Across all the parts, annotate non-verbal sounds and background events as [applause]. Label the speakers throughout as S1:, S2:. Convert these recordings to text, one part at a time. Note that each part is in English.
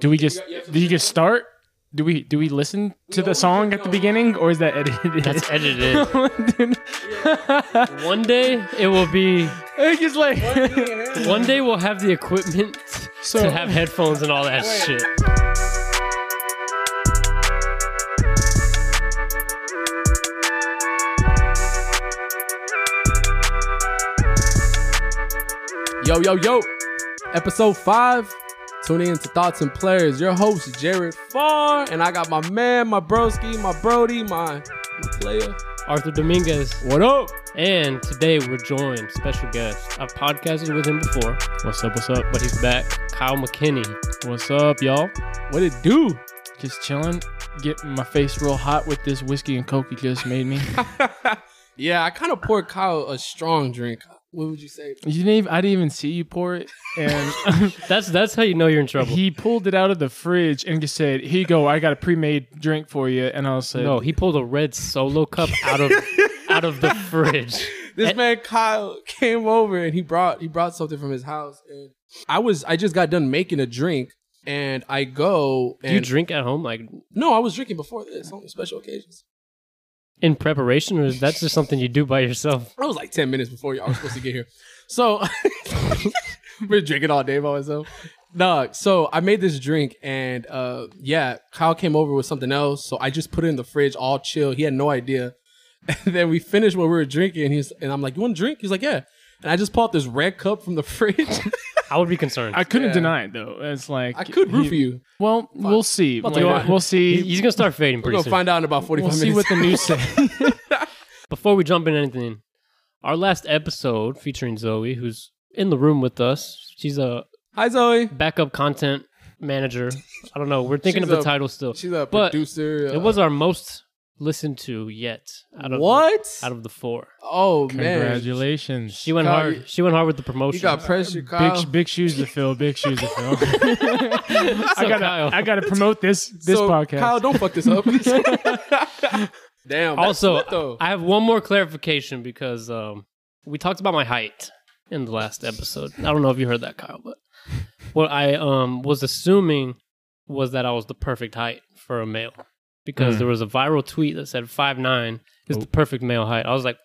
S1: Do we just do you just start? Do we do we listen to the song at the beginning or is that edited? [laughs]
S2: That's edited.
S1: Dude,
S2: [laughs] One day it will be.
S1: it's just
S2: [laughs]
S1: like
S2: One day we'll have the equipment
S1: So-
S2: to have headphones and all that shit.
S3: Yo, yo, yo. Episode five. Tune in to Thoughts and Players. Your host, Jared Farr. And I got my man, my broski, my brody, my, my player.
S2: Arthur Dominguez,
S3: What up?
S2: and today we're joined special guest. I've podcasted with him before,
S1: What's up, what's up?
S2: but he's back. Kyle McKinney.
S1: What's up, y'all?
S3: What it do?
S1: Just chilling, getting my face real hot with this whiskey and coke you just made
S2: [laughs]
S1: me.
S3: Yeah, I kind of poured Kyle a strong drink. What would you say?
S1: You didn't even I didn't even see you pour it. And [laughs]
S2: That's that's how you know you're in trouble.
S1: he pulled it out of the fridge and just said, Here you go, I got a pre made drink for you. And I was like,
S2: no, he pulled a red solo cup out [laughs] of out of the fridge.
S3: This man Kyle came over and he brought he brought something from his house and I was I just got done making a drink and I go
S2: Do
S3: and
S2: you drink at home like
S3: No, I was drinking before this on special occasions.
S2: in preparation, or is that just something you do by yourself?
S3: I was like 10 minutes before y'all were supposed to get here. So [laughs] been drinking all day by myself. No, so I made this drink and uh yeah, Kyle came over with something else. So I just put it in the fridge all chill. He had no idea. [laughs] And then we finished what we were drinking and he's and I'm like, You want a drink? He's like, Yeah. And I just pulled out this red cup from the [laughs] fridge.
S2: I would be concerned.
S1: I couldn't
S3: Yeah.
S1: deny it though. It's like
S3: I could root
S1: he-
S3: for you.
S1: Well, we'll see.
S3: Well,
S1: Like,
S3: you know-
S1: we'll see.
S2: He- He's gonna start fading
S3: We're
S2: pretty
S3: gonna
S2: soon.
S3: find out in about 45
S1: we'll see
S3: minutes.
S1: what the news
S2: [laughs]
S1: say.
S2: Before we jump into anything, our last episode featuring Zoe, who's in the room with us. She's a
S3: [laughs] Hi Zoe.
S2: backup content manager. I don't know.
S3: [laughs]
S2: We're thinking
S3: She's
S2: of the
S3: a-
S2: title still.
S3: She's a
S2: But
S3: producer. uh,
S2: It was our most listened to yet. Out of
S3: what?
S2: The, out of the four,
S3: oh man.
S1: Congratulations.
S2: she went
S3: Kyle,
S2: hard.
S3: you-
S2: she went hard with the
S3: You
S2: promotion.
S3: got pressure, Kyle.
S1: big big shoes to fill. Big shoes to [laughs] fill. I gotta
S2: Kyle.
S1: I gotta promote this this
S3: So,
S1: podcast.
S3: Kyle, don't fuck this up. [laughs] Damn. that's
S2: also,
S3: lit, though.
S2: I have one more clarification because um, we talked about my height in the last episode. I don't know if you heard that, Kyle, but what I um, was assuming was that I was the perfect height for a male because
S3: Hmm.
S1: Mm.
S2: there was a viral tweet that said five nine is
S3: Oh.
S2: the perfect male height. I was like,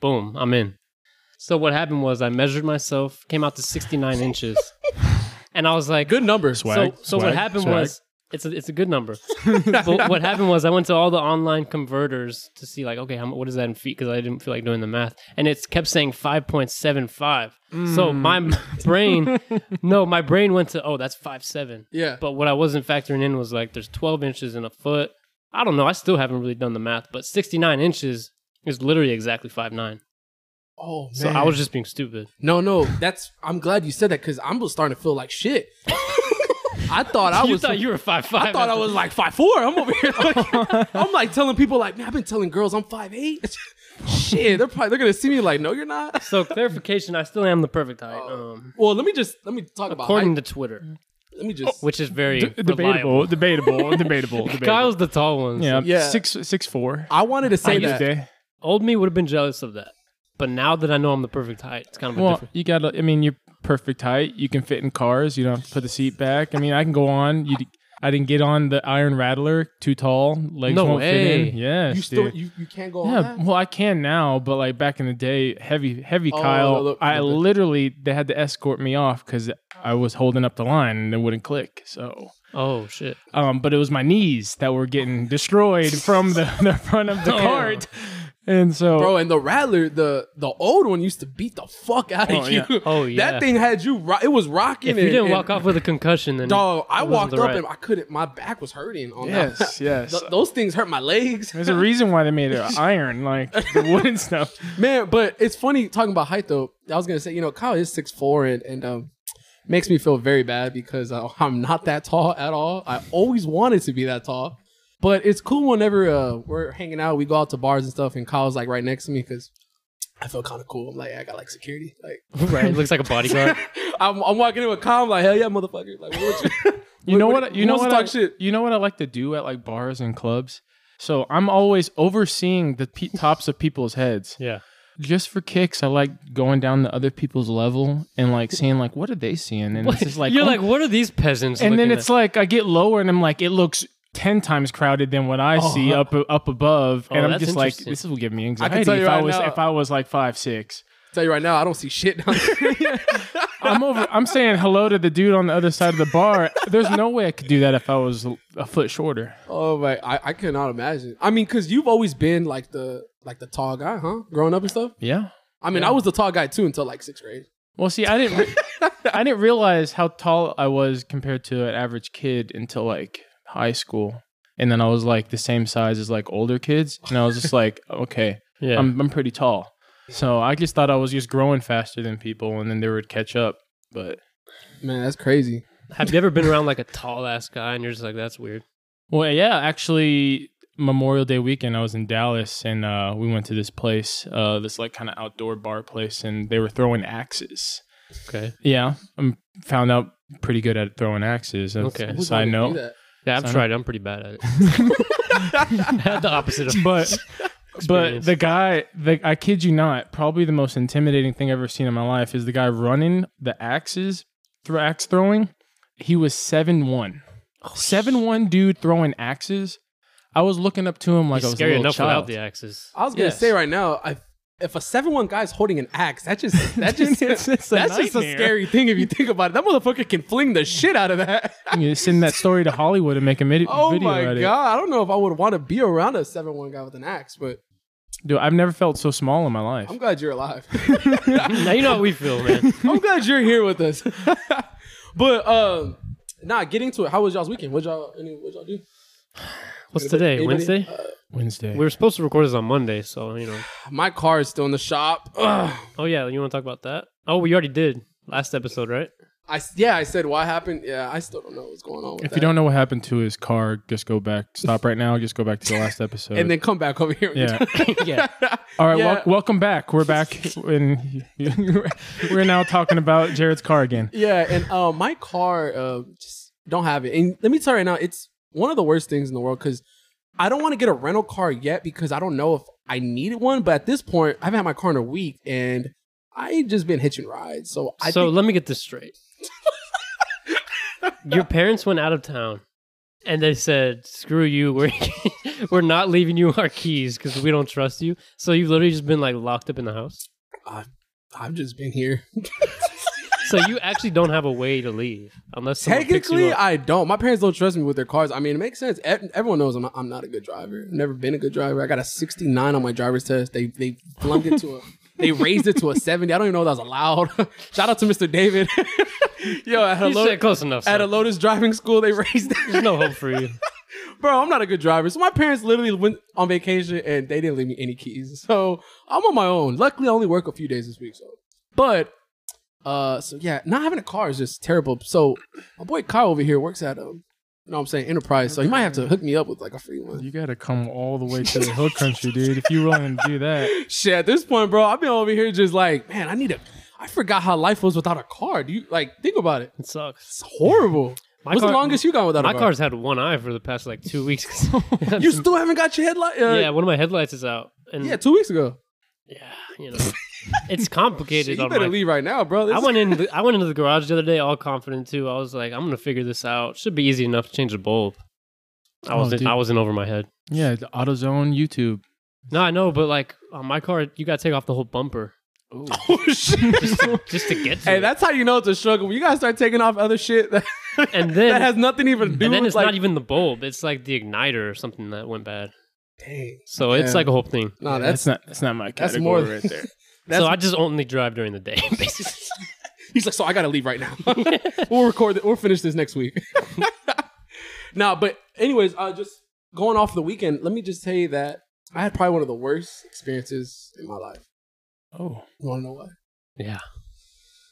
S2: boom, I'm in. So what happened was I measured myself, came out to 69
S3: [laughs]
S2: inches, and I was like,
S3: good numbers.
S1: Swag,
S2: so, so
S1: swag,
S2: what happened
S1: swag.
S2: was it's a, it's a good
S3: [laughs]
S2: number. but what happened was I went to all the online converters to see like okay how, mu- what is that in feet because I didn't feel like doing the math and it kept saying five point seven five.
S3: Mm.
S2: So my
S3: [laughs]
S2: m- brain, no, my brain went to oh that's five seven.
S3: Yeah.
S2: But what I wasn't factoring in was like there's twelve inches in a foot. I don't know. I still haven't really done the math, but sixty nine inches is literally exactly five nine.
S3: oh man.
S2: So I was just being stupid.
S3: no, no. That's. I'm glad you said that because I'm just starting to feel like shit. I thought I
S2: you
S3: was.
S2: thought you were five five.
S3: I thought I was like five four. I'm over here. Like, I'm like telling people like, man, I've been telling girls I'm five eight. [laughs] shit, they're probably they're gonna see me like, no, you're not.
S2: So clarification, I still am the perfect height. Um,
S3: Well, let me just let me talk about.
S2: according Oh,
S3: height.
S2: to Twitter,
S3: Let me just.
S2: which is very
S1: debatable, [laughs]
S2: reliable.
S1: debatable, debatable, debatable.
S2: Kyle's the tall one.
S1: yeah,
S3: Yeah.
S1: six six four.
S3: I wanted to say
S1: on this
S3: that.
S1: day.
S2: Old me would have been jealous of that. But now that I know I'm the perfect height, it's kind of a
S1: Well,
S2: different.
S1: you gotta. I mean, you're perfect height. You can fit in cars. You don't have to put the seat back. I mean, I can go on. You. I didn't get on the Iron Rattler. Too tall. Legs
S2: No
S1: won't
S2: way.
S1: fit in. Yes,
S3: You still
S1: dude.
S3: you, you can't go on
S1: Yeah,
S3: that.
S1: well, I can now, but like back in the day, heavy, heavy
S3: Oh,
S1: Kyle,
S3: look, look,
S1: I
S3: look.
S1: literally they had to escort me off because I was holding up the line and it wouldn't click. So,
S2: Oh shit!
S1: um, but it was my knees that were getting destroyed from the, the front
S3: [laughs]
S1: of the
S2: Oh.
S1: cart, and so
S3: Bro, and the Rattler, the the old one used to beat the fuck out of
S1: Oh,
S3: you.
S1: yeah.
S2: Oh, yeah.
S3: [laughs] That thing had you. Ro- it was rocking.
S2: If you
S3: and-
S2: didn't
S3: and-
S2: walk off with a concussion, then
S3: dog,
S2: it
S3: I
S2: wasn't
S3: walked
S2: the
S3: up
S2: right-
S3: and I couldn't. My back was hurting. On that. [laughs]
S1: yes, yes.
S3: Th- those things hurt my legs,
S1: There's a reason why they made it iron, like the wooden stuff.
S3: [laughs] man. But it's funny talking about height though. I was gonna say, you know, Kyle is six four and and um, makes me feel very bad because uh, [laughs] I'm not that tall at all. I always wanted to be that tall. But it's cool whenever uh, we're hanging out, we go out to bars and stuff, and Kyle's like right next to me because I feel kind of cool. I'm like, I got like security, like
S2: right, [laughs] it looks like
S1: [laughs]
S2: a bodyguard.
S3: I'm, I'm walking in with calm, like hell yeah, motherfucker. Like what
S1: [laughs]
S3: you?
S1: You know what? You know
S3: wants
S1: what?
S3: to
S1: I,
S3: talk shit?
S1: You know what I like to do at like bars and clubs. So I'm always overseeing the pe- tops of people's heads.
S2: yeah,
S1: just for kicks, I like going down to other people's level and [laughs] like seeing like what are they seeing, and it's just like [laughs]
S2: You're
S1: oh-
S2: like, what are these peasants?
S1: and then
S2: looking
S1: it's
S2: at?
S1: like I get lower and I'm like it looks ten times crowded than what I see up up above, and I'm
S2: that's
S1: just like
S2: interesting.
S1: this will give me
S3: can
S1: anxiety
S3: tell
S1: if
S3: you
S1: Oh, I
S3: right
S1: was
S3: now-
S1: if I was like five six.
S3: Tell you right now, I don't see shit down there. [laughs]
S1: I'm over. I'm saying hello to the dude on the other side of the bar. There's no way I could do that if I was a foot shorter.
S3: oh my, I, I could not imagine. I mean, cause you've always been like the like the tall guy, huh? Growing up and stuff.
S1: Yeah.
S3: I mean, I was the tall guy too until like sixth grade.
S1: Well, see, I didn't.
S2: [laughs]
S1: Re- I didn't realize how tall I was compared to an average kid until like high school, and then I was like the same size as like older kids, and I was just like, [laughs] um, okay,
S2: yeah.
S1: I'm I'm pretty tall. So I just thought I was just growing faster than people, and then they would catch up. But
S3: Man, that's crazy.
S2: Have you ever been around like a tall ass guy and you're just like, that's weird?
S1: well, yeah, actually, Memorial Day weekend, I was in Dallas, and uh, we went to this place, uh, this like kind of outdoor bar place, and they were throwing axes.
S2: Okay.
S1: Yeah, I found out pretty good at throwing axes. That's
S2: Okay.
S1: okay,
S2: Who's
S1: a
S3: I
S1: side note.
S2: Yeah, I've
S1: Sign up.
S2: tried. I'm pretty bad
S1: [laughs]
S2: at it. I had the opposite of
S1: but
S2: [laughs]
S1: but
S2: experience.
S1: the guy the i kid you not probably the most intimidating thing i've ever seen in my life is the guy running the axes through axe throwing he was 7-1
S2: Oh,
S1: 7-1 dude throwing axes i was looking up to him like I
S2: He's
S1: was
S2: scary
S1: a little
S2: enough
S1: child.
S2: without the axes. [laughs]
S3: I was gonna
S1: Yes.
S3: say right now, I, if a seven one guy's holding an axe, that
S1: [laughs]
S3: just that just
S1: Dude, it's- it's a
S3: that's just a
S1: nightmare.
S3: scary thing if you think about it. That motherfucker can fling the shit out of that. [laughs]
S1: you send that story to hollywood and make a mid-
S3: Oh
S1: video
S3: my
S1: out
S3: god!
S1: of it.
S3: I don't know if I would want to be around a seven one guy with an axe, but
S1: dude i've never felt so small in my life
S3: I'm glad you're alive. [laughs]
S2: now you know how we
S1: [laughs]
S2: feel, man.
S3: I'm glad you're here with us. [laughs] but um, nah, getting to it. How was y'all's weekend? What y'all any, what y'all do?
S2: What's today?
S3: Anybody-
S2: Wednesday?
S1: wednesday
S2: We were supposed to record this on Monday, so you know.
S3: My car is still in the shop. Ugh.
S2: Oh yeah, you want to talk about that? Oh, we already did last episode, right?
S3: I s- yeah, I said what happened. Yeah, I still don't know what's going on. With
S1: if
S3: that.
S1: you don't know what happened to his car just go back stop right now just go back to the
S3: [laughs]
S1: last episode
S3: and then come back over here.
S1: yeah [laughs]
S2: yeah.
S1: All right,
S3: Yeah.
S1: wel- welcome back. We're back, and [laughs] we're now talking about Jared's car again.
S3: [laughs] Yeah, and uh, my car uh, just don't have it. And let me tell you right now, it's one of the worst things in the world because I don't want to get a rental car yet because I don't know if I needed one. But at this point, I haven't had my car in a week, and I ain't just been hitching rides. So I
S2: so
S3: think,
S2: let me get this
S3: [laughs]
S2: straight. Your parents went out of town, and they said, "Screw you, we're [laughs] we're not leaving you our keys because we don't trust you." So you've literally just been like locked up in the house.
S3: I've just been here.
S2: So you actually don't have a way to leave unless someone picks you
S3: Technically,
S2: up.
S3: I don't. My parents don't trust me with their cars. I mean, it makes sense. Ev- Everyone knows I'm not, I'm not a good driver. I've never been a good driver. I got a 69 on my driver's test. They they flunked it to a. [laughs] They raised it to a 70. I don't even know if that was allowed. [laughs] Shout out to Mr. David. [laughs] Yo,
S2: You
S3: at hello.
S2: said close enough.
S3: At a
S2: son.
S3: Lotus driving school, they raised
S2: There's no hope for you.
S3: Bro, I'm not a good driver. So my parents literally went on vacation and they didn't leave me any keys. [laughs] So I'm on my own. Luckily, I only work a few days this week. So, but uh, so yeah, not having a car is just terrible. So my boy Kyle over here works at um, you know what I'm saying Enterprise. So he might have to hook me up with like a free one. [laughs]
S1: You got to come all the way to the hill country, dude, if you're willing to do that.
S3: Shit, at this point, bro, I've been over here just like, man, I need a. I forgot how life was without a car. Do you like think about it?
S2: It sucks.
S3: It's horrible.
S2: My
S3: [laughs] What's
S2: car-
S3: the longest you gone without
S2: My
S3: a car?
S2: car's had one eye for the past like two weeks. [laughs] 'cause-
S3: [laughs] you still haven't got your headlight. Uh,
S2: yeah, one of my headlights is out. And
S3: yeah,
S2: yeah,
S3: two weeks ago.
S2: you know, it's complicated.
S3: [laughs] you
S2: on
S3: better
S2: my
S3: leave right now, bro. This
S2: I
S3: is-
S2: went in. The, I went into the garage the other day, all confident too. I was like, I'm gonna figure this out. Should be easy enough to change the bulb. I
S1: Oh,
S2: wasn't.
S1: dude.
S2: I wasn't over my head.
S1: Yeah, the AutoZone, YouTube.
S2: No, I know, but like on my car, you gotta take off the whole
S3: [laughs]
S2: bumper
S3: Oh shit.
S2: just to get to
S3: hey,
S2: it.
S3: that's how you know it's a struggle. When you guys start taking off other shit [laughs] that,
S2: and then
S3: that has nothing even to do
S2: and then
S3: with
S2: it's
S3: like
S2: not even the bulb. It's like the igniter or something that went bad.
S3: dang.
S2: So it's
S3: Yeah.
S2: like a whole thing.
S3: No,
S1: Yeah,
S3: that's,
S1: that's not that's not my
S3: that's
S1: category
S3: more-
S1: right
S3: [laughs]
S1: there.
S3: that's
S2: so I just only drive during the day. [laughs] basically.
S3: he's like, so I gotta leave right [laughs] now. we'll record it. We'll finish this next week. [laughs] nah, but anyways, uh, just going off the weekend. Let me just say that I had probably one of the worst experiences in my life.
S1: Oh,
S3: You want to know why?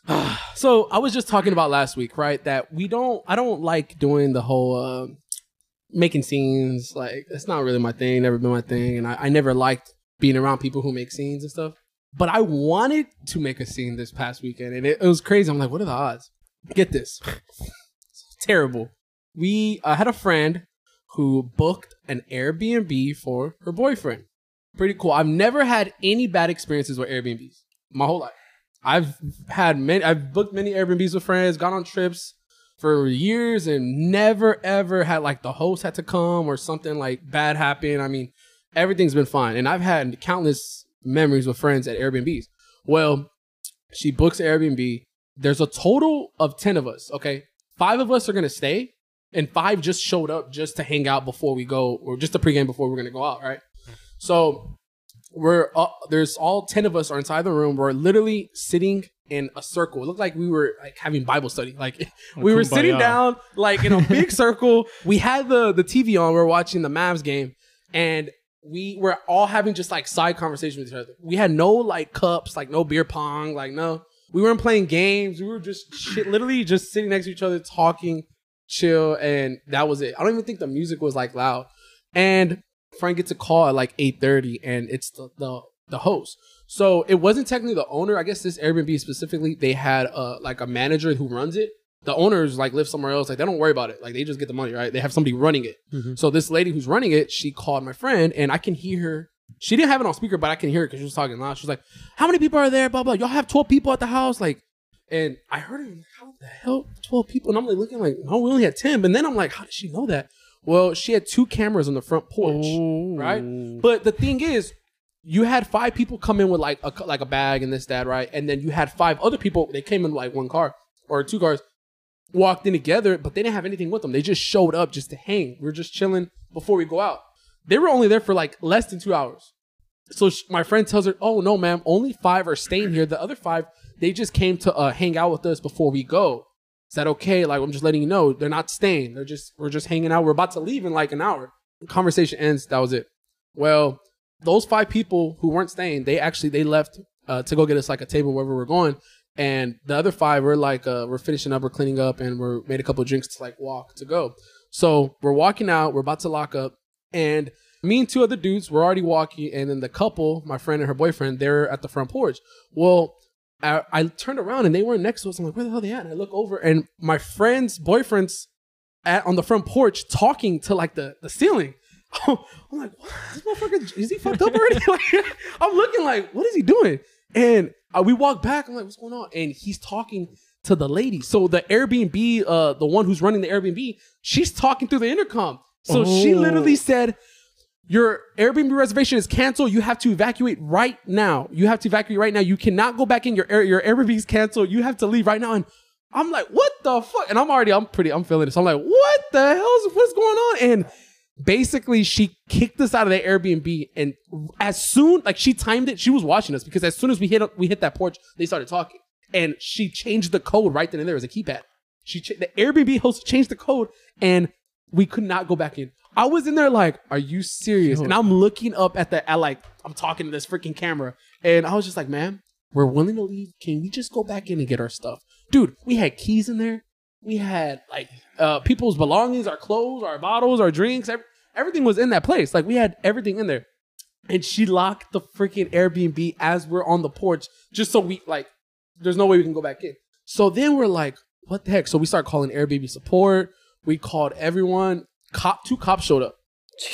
S2: yeah.
S3: [sighs] So I was just talking about last week, right? That we don't, I don't like doing the whole uh, making scenes. Like it's not really my thing. Never been my thing, and I, I never liked being around people who make scenes and stuff. But I wanted to make a scene this past weekend, and it, it was crazy. I'm like, what are the odds? Get this, [laughs] terrible. We I had a friend who booked an Airbnb for her boyfriend, pretty cool. I've never had any bad experiences with Airbnbs my whole life. I've had many. I've booked many Airbnbs with friends, gone on trips for years, and never ever had like the host had to come or something like bad happen. I mean, everything's been fine, and I've had countless memories with friends at Airbnbs. Well, she books Airbnb. There's a total of ten of us. Okay, five of us are gonna stay, and five just showed up just to hang out before we go, or just to pregame before we're gonna go out. Right. So we're uh, there's all 10 of us are inside the room we're literally sitting in a circle it looked like we were like having bible study [laughs] like we were sitting
S1: Kumbaya.
S3: down like in a big circle we had the the tv on we are watching the mavs game and we were all having just like side conversations with each other we had no like cups like no beer pong like no we weren't playing games we were just shit, literally just sitting next to each other talking chill and that was it i don't even think the music was like loud and Frank gets a call at like eight thirty, and it's the, the the host. So it wasn't technically the owner. I guess this Airbnb specifically, they had uh like a manager who runs it. The owners like live somewhere else. Like they don't worry about it. Like they just get the money, right? They have somebody running it.
S2: Mhm.
S3: So this lady who's running it, she called my friend, and I can hear her. She didn't have it on speaker, but I can hear it because she was talking loud. She was like, "How many people are there? Blah blah. Y'all have twelve people at the house, like." And I heard her. like, How the hell twelve people? And I'm like looking like, no, we only had ten. But then I'm like, how did she know that? Well, she had two cameras on the front porch
S1: Oh.
S3: right? But the thing is, you had five people come in with like a like a bag and this that right, and then you had five other people. They came in like one car or two cars, walked in together, but they didn't have anything with them. They just showed up just to hang. We are just chilling before we go out. They were only there for like less than two hours. So sh- my friend tells her, "Oh no, ma'am, only five are staying here. The other five, they just came to uh, hang out with us before we go." Is that okay? Like I'm just letting you know they're not staying. They're just we're just hanging out. We're about to leave in like an hour. Conversation ends. That was it. Well, those five people who weren't staying, they actually they left uh, to go get us like a table wherever we we're going, and the other five were like uh, we're finishing up, we're cleaning up, and we're made a couple drinks to like walk to go. So we're walking out, we're about to lock up, and me and two other dudes were already walking, and then the couple, my friend and her boyfriend, they're at the front porch. Well. I, I turned around and they weren't next to us. I'm like, where the hell they at? And I look over and my friend's boyfriend's at, on the front porch talking to like the, the ceiling. [laughs] I'm like, what? This motherfucker, is he fucked up already? [laughs] like, I'm looking like, what is he doing? And uh, we walk back. I'm like, what's going on? And he's talking to the lady. So the Airbnb, uh, the one who's running the Airbnb, she's talking through the intercom. So she
S1: Oh.
S3: literally said, your Airbnb reservation is canceled. You have to evacuate right now. You have to evacuate right now. You cannot go back in. Your air, your Airbnb is canceled. You have to leave right now. And I'm like, what the fuck? And I'm already, I'm pretty, I'm feeling this. I'm like, what the hell is what's going on? And basically, she kicked us out of the Airbnb. And as soon, like, she timed it. She was watching us because as soon as we hit we hit that porch, they started talking. And she changed the code right then and there as a keypad. She cha- the Airbnb host changed the code, and we could not go back in. I was in there like, "Are you serious?" And I'm looking up at the at like I'm talking to this freaking camera, and I was just like, "Ma'am, we're willing to leave. Can we just go back in and get our stuff, dude? We had keys in there. We had like uh, people's belongings, our clothes, our bottles, our drinks. Ev- everything was in that place. Like we had everything in there." And she locked the freaking Airbnb as we're on the porch, just so we like there's no way we can go back in. So then we're like, what the heck? So we start calling Airbnb support. We called everyone. Cop, two cops showed up.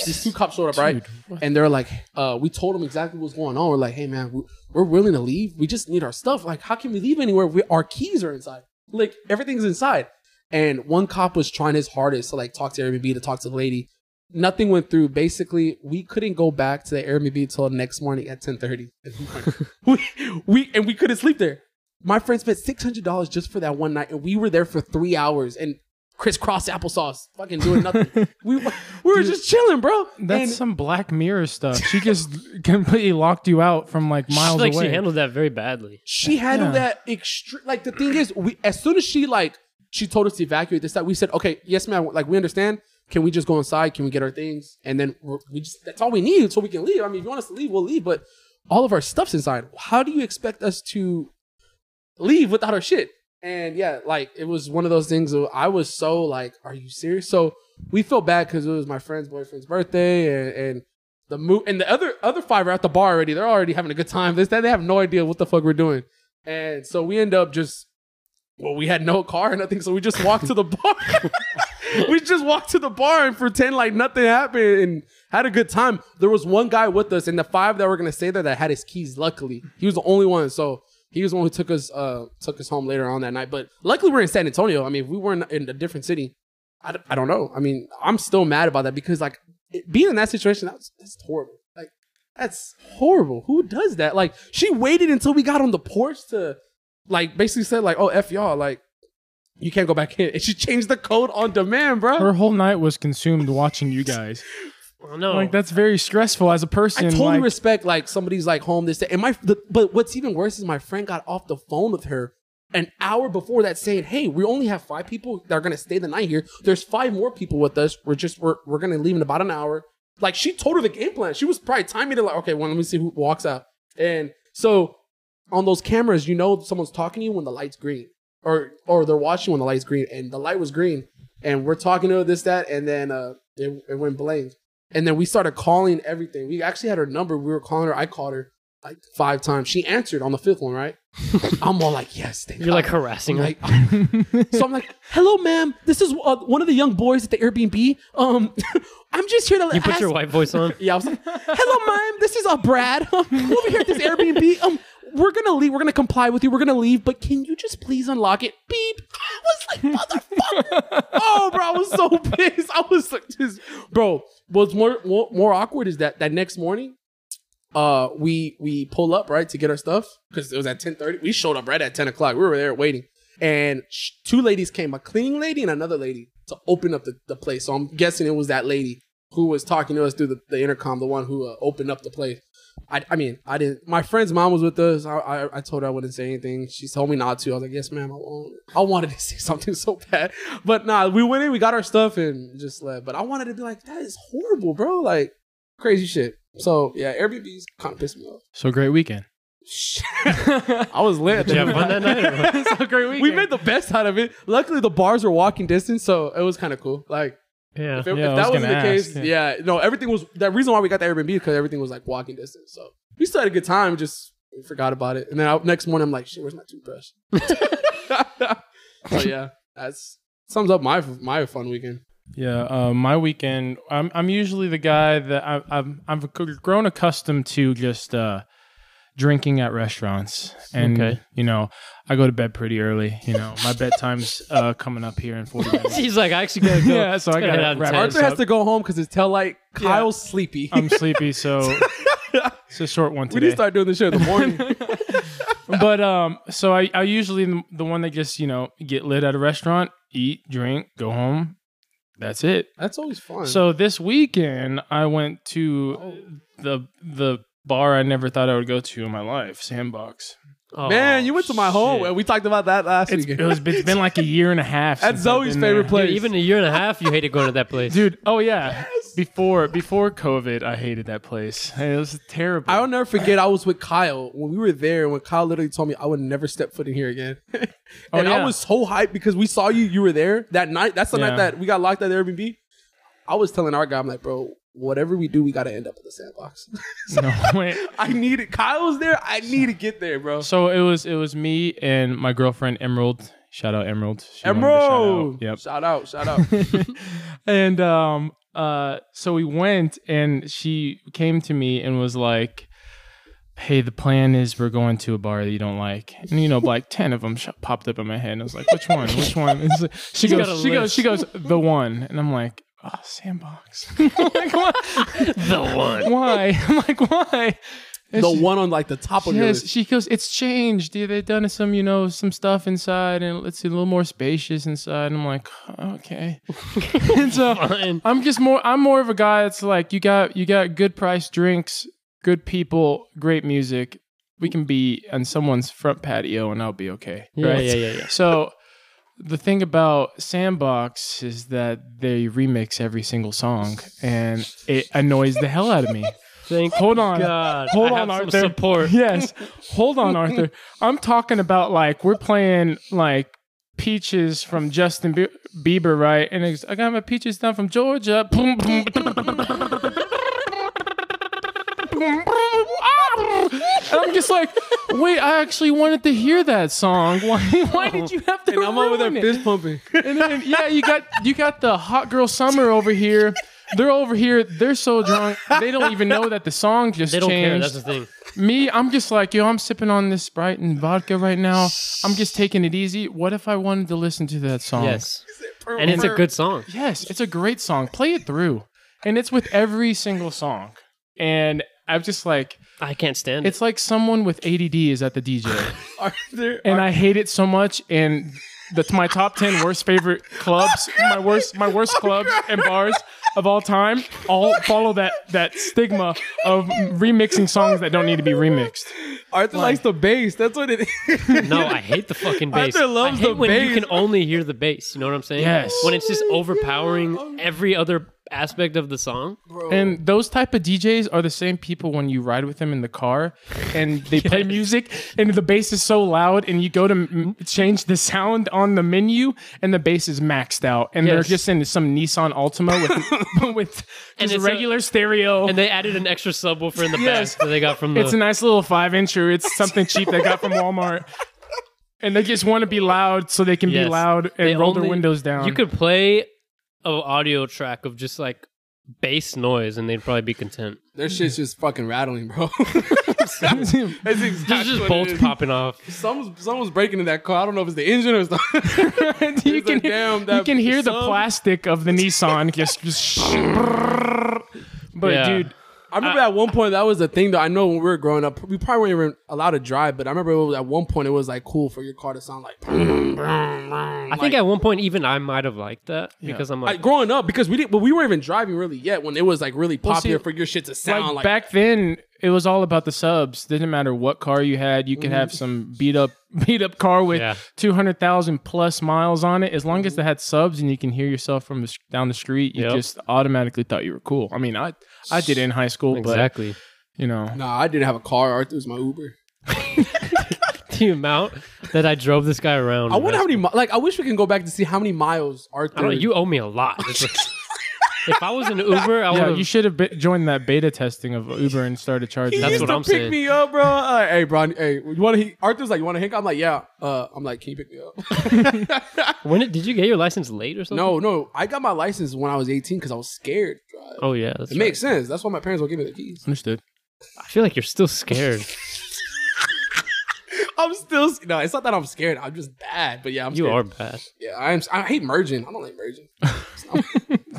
S3: These two cops showed up, right? And they're like, uh, we told them exactly what's going on. We're like, hey man, we- we're willing to leave. We just need our stuff. Like, how can we leave anywhere? We, our keys are inside. Like everything's inside. And one cop was trying his hardest to like talk to Airbnb to talk to the lady. Nothing went through. Basically, we couldn't go back to the Airbnb until next morning at ten thirty. we, we and we couldn't sleep there. My friend spent six hundred dollars just for that one night, and we were there for three hours and crisscross applesauce, fucking doing nothing. we we were just chilling, bro.
S1: That's
S3: And-
S1: some Black Mirror stuff. She just completely locked you out from like miles
S2: like
S1: away.
S2: she handled that very badly.
S3: she handled
S1: Yeah.
S3: that extreme. Like the thing is, we as soon as she like she told us to evacuate this that we said, okay, yes, ma'am. Like we understand. Can we just go inside? Can we get our things? And then we're, we just that's all we need so we can leave. I mean, if you want us to leave, we'll leave. But all of our stuff's inside. How do you expect us to leave without our shit? And yeah, like it was one of those things. Where I was so like, are you serious? So we felt bad because it was my friend's boyfriend's birthday, and, and the move and the other other five are at the bar already. They're already having a good time. This that they have no idea what the fuck we're doing. And so we end up just well, we had no car or nothing, so we [laughs] just walked to the bar. we just walked to the bar and pretend like nothing happened. And Had a good time. There was one guy with us, and the five that were gonna stay there that had his keys. Luckily, he was the only one. So he was the one who took us uh took us home later on that night. But luckily, we're in San Antonio. I mean, if we were in, in a different city, I, d- I don't know. I mean, I'm still mad about that because like it- being in that situation, that's that's horrible. Like that's horrible. Who does that? Like she waited until we got on the porch to like basically said like, oh f y'all, like you can't go back in. And she changed the code on demand, bro.
S1: Her whole night was consumed watching you guys.
S2: Well, no,
S1: Like that's very stressful as a person.
S3: Oh. I totally
S1: like,
S3: respect like somebody's like home this day. And my the, but what's even worse is my friend got off the phone with her an hour before that saying, "Hey, we only have five people that are gonna stay the night here. There's five more people with us. We're just we're we're gonna leave in about an hour." Like she told her the game plan. She was probably timing it like, "Okay, well, let me see who walks out." And so on those cameras, you know someone's talking to you when the light's green, or or they're watching when the light's green, and the light was green, and we're talking to her this that, and then uh, it, it went blank, and then we started calling everything. We actually had her number. We were calling her. I called her like five times. She answered on the fifth
S2: [laughs]
S3: one, right? I'm all like, yes, thank
S2: you're like
S3: God.
S2: harassing her.
S3: Like,
S2: [laughs]
S3: so I'm like, hello, ma'am. This is uh, one of the young boys at the Airbnb. Um, [laughs] I'm just here to
S2: you put
S3: ask-
S2: your white voice on.
S3: yeah, I was like, "Hello, ma'am. This is uh, Brad. Um, over here at this Airbnb. Um, we're gonna leave. We're gonna comply with you. We're gonna leave. But can you just please unlock it? Beep. I was like, motherfucker. oh, bro, I was so pissed. I was like, just, bro. What's more, more more awkward is that that next morning, uh, we we pull up right to get our stuff because it was at ten thirty. We showed up right at ten o'clock. We were there waiting, and sh- two ladies came, a cleaning lady and another lady, to open up the, the place. So I'm guessing it was that lady who was talking to us through the, the intercom, the one who uh, opened up the place. I, I mean, I didn't. My friend's mom was with us. I, I, I told her I wouldn't say anything. She told me not to. I was like, yes, ma'am, I won't. I wanted to [laughs] say something so bad, but nah. We went in, we got our stuff, and just left. But I wanted to be like, that is horrible, bro. Like crazy shit. So yeah, Airbnb's kind of pissed me off. [laughs]
S1: so great weekend.
S3: I was lit.
S2: Did you have fun that night? or what?
S1: so great
S3: [laughs] we made the best out of it. Luckily, the bars were walking distance, so it was kind of cool. Like
S2: yeah.
S3: if, it,
S1: Yeah,
S3: if
S1: I
S3: that
S1: was
S3: wasn't the
S1: gonna
S3: case,
S1: ask,
S3: yeah. no, everything was. The reason why we got the Airbnb because everything was like walking distance. So we still had a good time. Just we forgot about it, and then I, next morning I'm like, shit, where's my toothbrush? [laughs] so yeah, that's sums up my my fun weekend.
S1: Yeah, uh, my weekend. I'm I'm usually the guy that I, I've I've g- grown accustomed to just uh, drinking at restaurants, and
S2: Okay.
S1: you know I go to bed pretty early. You know my bedtime's uh, coming up here in 40 minutes.
S2: [laughs] She's like, I actually gotta go.
S1: Yeah, so I
S2: Gotta
S1: gotta
S2: have
S1: wrap
S2: time.
S1: Arthur
S3: Arthur
S1: has
S3: has to go home because his tail light. Kyle's sleepy.
S1: I'm sleepy, so it's a short one
S3: [laughs] we need
S1: today.
S3: to start doing this shit in the morning. [laughs]
S1: but um, so I I usually am the one that just you know get lit at a restaurant, eat, drink, go home. That's it.
S3: that's always fun.
S1: So this weekend, I went to the the bar I never thought I would go to in my life, Sandbox.
S2: Oh,
S3: man, you went to my home
S2: shit.
S3: and we talked about that last
S1: It's,
S3: weekend.
S1: it was, it's been like a year and a half.
S3: That's
S1: since I've
S3: Zoe's
S1: been
S3: favorite
S1: there.
S3: place.
S2: Dude, even a year and a half, you hated going to that place.
S1: dude. Oh yeah, before before COVID, I hated that place. [laughs] It was terrible.
S3: I'll never forget. I was with Kyle when we were there, and when Kyle literally told me I would never step foot in here again. [laughs] and I
S1: Oh, yeah.
S3: was so hyped because we saw you. You were there that night. That's the night
S1: Yeah.
S3: that we got locked at the Airbnb. I was telling our guy, I'm like, bro, whatever we do, we got to end up at the sandbox.
S1: [laughs]
S3: [laughs]
S1: no, wait.
S3: I need it. Kyle was there. I need to get there, bro.
S1: So it was it was me and my girlfriend Emerald. Shout out Emerald. She wanted to shout out.
S3: Emerald.
S1: Yep.
S3: Shout out. Shout
S2: [laughs]
S3: out.
S1: and um uh so we went and she came to me and was like hey the plan is we're going to a bar that you don't like and
S2: [laughs]
S1: you know like 10 of them sh- popped up in my head and i was like which one which one And so- she
S2: got
S1: goes
S2: a
S1: she goes
S2: list.
S1: she goes the one and i'm like oh sandbox [laughs] like why,
S2: [laughs] the one.
S1: why i'm like why And
S3: the
S1: she-
S3: one on like the top of your
S1: Yes,
S3: list.
S1: she goes. It's changed. Yeah, They've done some, you know, some stuff inside, and it's a little more spacious inside. And I'm like, okay. [laughs] and so
S2: [laughs] Fine.
S1: I'm just more. I'm more of a guy that's like, you got you got good price drinks, good people, great music. We can be on someone's front patio, and I'll be okay.
S2: Yeah,
S1: right?
S2: yeah, yeah, yeah.
S1: So. The thing about Sandbox is that they remix every single song, and it annoys the hell out of me.
S2: Thank
S1: Hold on.
S2: God.
S1: Hold
S2: I
S1: on,
S2: have
S1: Arthur.
S2: Some
S1: [laughs]
S2: support.
S1: Yes. Hold on, Arthur. I'm talking about like we're playing like Peaches from Justin Bie- Bieber, right? And it's, I got my peaches down from Georgia. Boom, boom, boom, boom, boom, boom, ah. And I'm just like, wait, I actually wanted to hear that song. Why, why did you have to
S3: And I'm over there
S1: ruin it?
S3: fist pumping.
S1: And then, yeah, you got you got the hot girl summer over here They're over here. They're so drunk. They don't even know that the song just
S2: They don't care.
S1: changed.
S2: That's the thing.
S1: Me, I'm just like, yo, I'm sipping on this Sprite and vodka right now. I'm just taking it easy. What if I wanted to listen to that song?
S2: Yes, and it's a good song.
S1: Yes, it's a great song. Play it through. And it's with every single song. And I'm just like,
S2: I can't stand it.
S1: it's like someone with ADD is at the DJ.
S3: Are there,
S1: and
S3: are-
S1: I hate it so much. And that's my top ten worst favorite clubs, my worst, my worst clubs and bars of all time. All follow that that stigma of remixing songs that don't need to be remixed.
S3: Arthur likes the bass. That's what it
S2: [laughs] [laughs]
S3: is.
S2: No, I hate the fucking bass.
S3: Arthur loves
S2: I hate
S3: the
S2: when
S3: bass.
S2: you can only hear the bass. You know what I'm saying?
S1: Yes.
S2: When it's
S3: Oh,
S2: just overpowering every other aspect of the song.
S1: And those type of DJs are the same people when you ride with them in the car and they
S2: [laughs]
S1: play music and the bass is so loud and you go to m- change the sound on the menu and the bass is maxed out and they're
S2: Yes.
S1: just in some Nissan Altima
S2: [laughs]
S1: with [laughs] with
S2: And
S1: just
S2: it's a-
S1: regular stereo.
S2: And they added an extra subwoofer in the
S1: Yes.
S2: back that they got from the.
S1: It's a nice little five incher. It's something cheap they got
S2: [laughs]
S1: from Walmart. And they just want to be loud so they can
S2: Yes.
S1: be loud and
S2: They
S1: roll their
S2: only-
S1: windows down.
S2: You could play an audio track of just like bass noise, and they'd probably be content.
S3: Their shit's just fucking rattling,
S2: [laughs]
S3: bro. [laughs] That's
S2: There's
S3: exactly
S2: just
S3: what
S2: bolts
S3: it is.
S2: popping
S3: [laughs]
S2: off.
S3: Someone's, someone's breaking in that car. I don't know if it's the engine
S2: [laughs]
S3: or something.
S1: [laughs] you
S3: It's like,
S1: can,
S3: damn,
S1: you
S3: that
S1: can hear the
S3: sub-
S1: plastic of the Nissan just. just but
S2: Yeah.
S1: dude,
S3: I remember at one point that was the thing though. I know when we were growing up, we probably weren't even allowed to drive, but I remember it was, at one point it was like cool for your car to
S2: [laughs]
S3: sound like.
S2: Mm. I think at one point even I might have liked that because I'm
S3: [laughs] Like,
S2: like,
S3: growing up, because we didn't, but we weren't even driving really yet when it was like really
S1: see,
S3: popular for your shit to sound
S1: like,
S3: like.
S1: back then it was all about the subs. Didn't matter what car you had, you could
S3: Mm-hmm.
S1: have some beat up [laughs] beat up car with
S2: Yeah.
S1: two hundred thousand plus miles on it. As long as they had subs and you can hear yourself from the, s- down the street, you
S2: Yep.
S1: just automatically thought you were cool. I mean, I I did in high school, but
S2: exactly.
S1: you know,
S3: nah, I didn't have a car. Arthur was my Uber.
S2: The amount that I drove this guy around.
S3: I wonder how
S2: that's-
S3: many mi- like I wish we can go back to see how many miles Arthur.
S2: I don't know. You owe me a lot.
S3: [laughs]
S2: It's like- if I was an Uber, I would
S1: yeah,
S2: have.
S1: you should have be- joined that beta testing of Uber and started charging.
S2: That's
S3: That's
S2: what
S3: to
S2: I'm
S3: pick
S2: saying.
S3: me up, bro. Like, hey, bro. Hey, you want to? Arthur's like, you want to hang? I'm like, yeah. Uh, I'm like, can you pick me up? [laughs]
S2: When did, did you get your license late or something?
S3: no, no. I got my license when I was 18 because I was scared. to drive.
S2: Oh yeah, that's
S3: It
S2: right.
S3: makes sense. That's why my parents won't give me the keys.
S1: understood.
S2: I feel like you're still scared.
S3: I'm still s- no. It's not that I'm scared. I'm just bad. But yeah, [laughs] I'm.
S2: you
S3: scared.
S2: are bad.
S3: Yeah, I'm. s- I hate merging. I don't like [laughs] merging.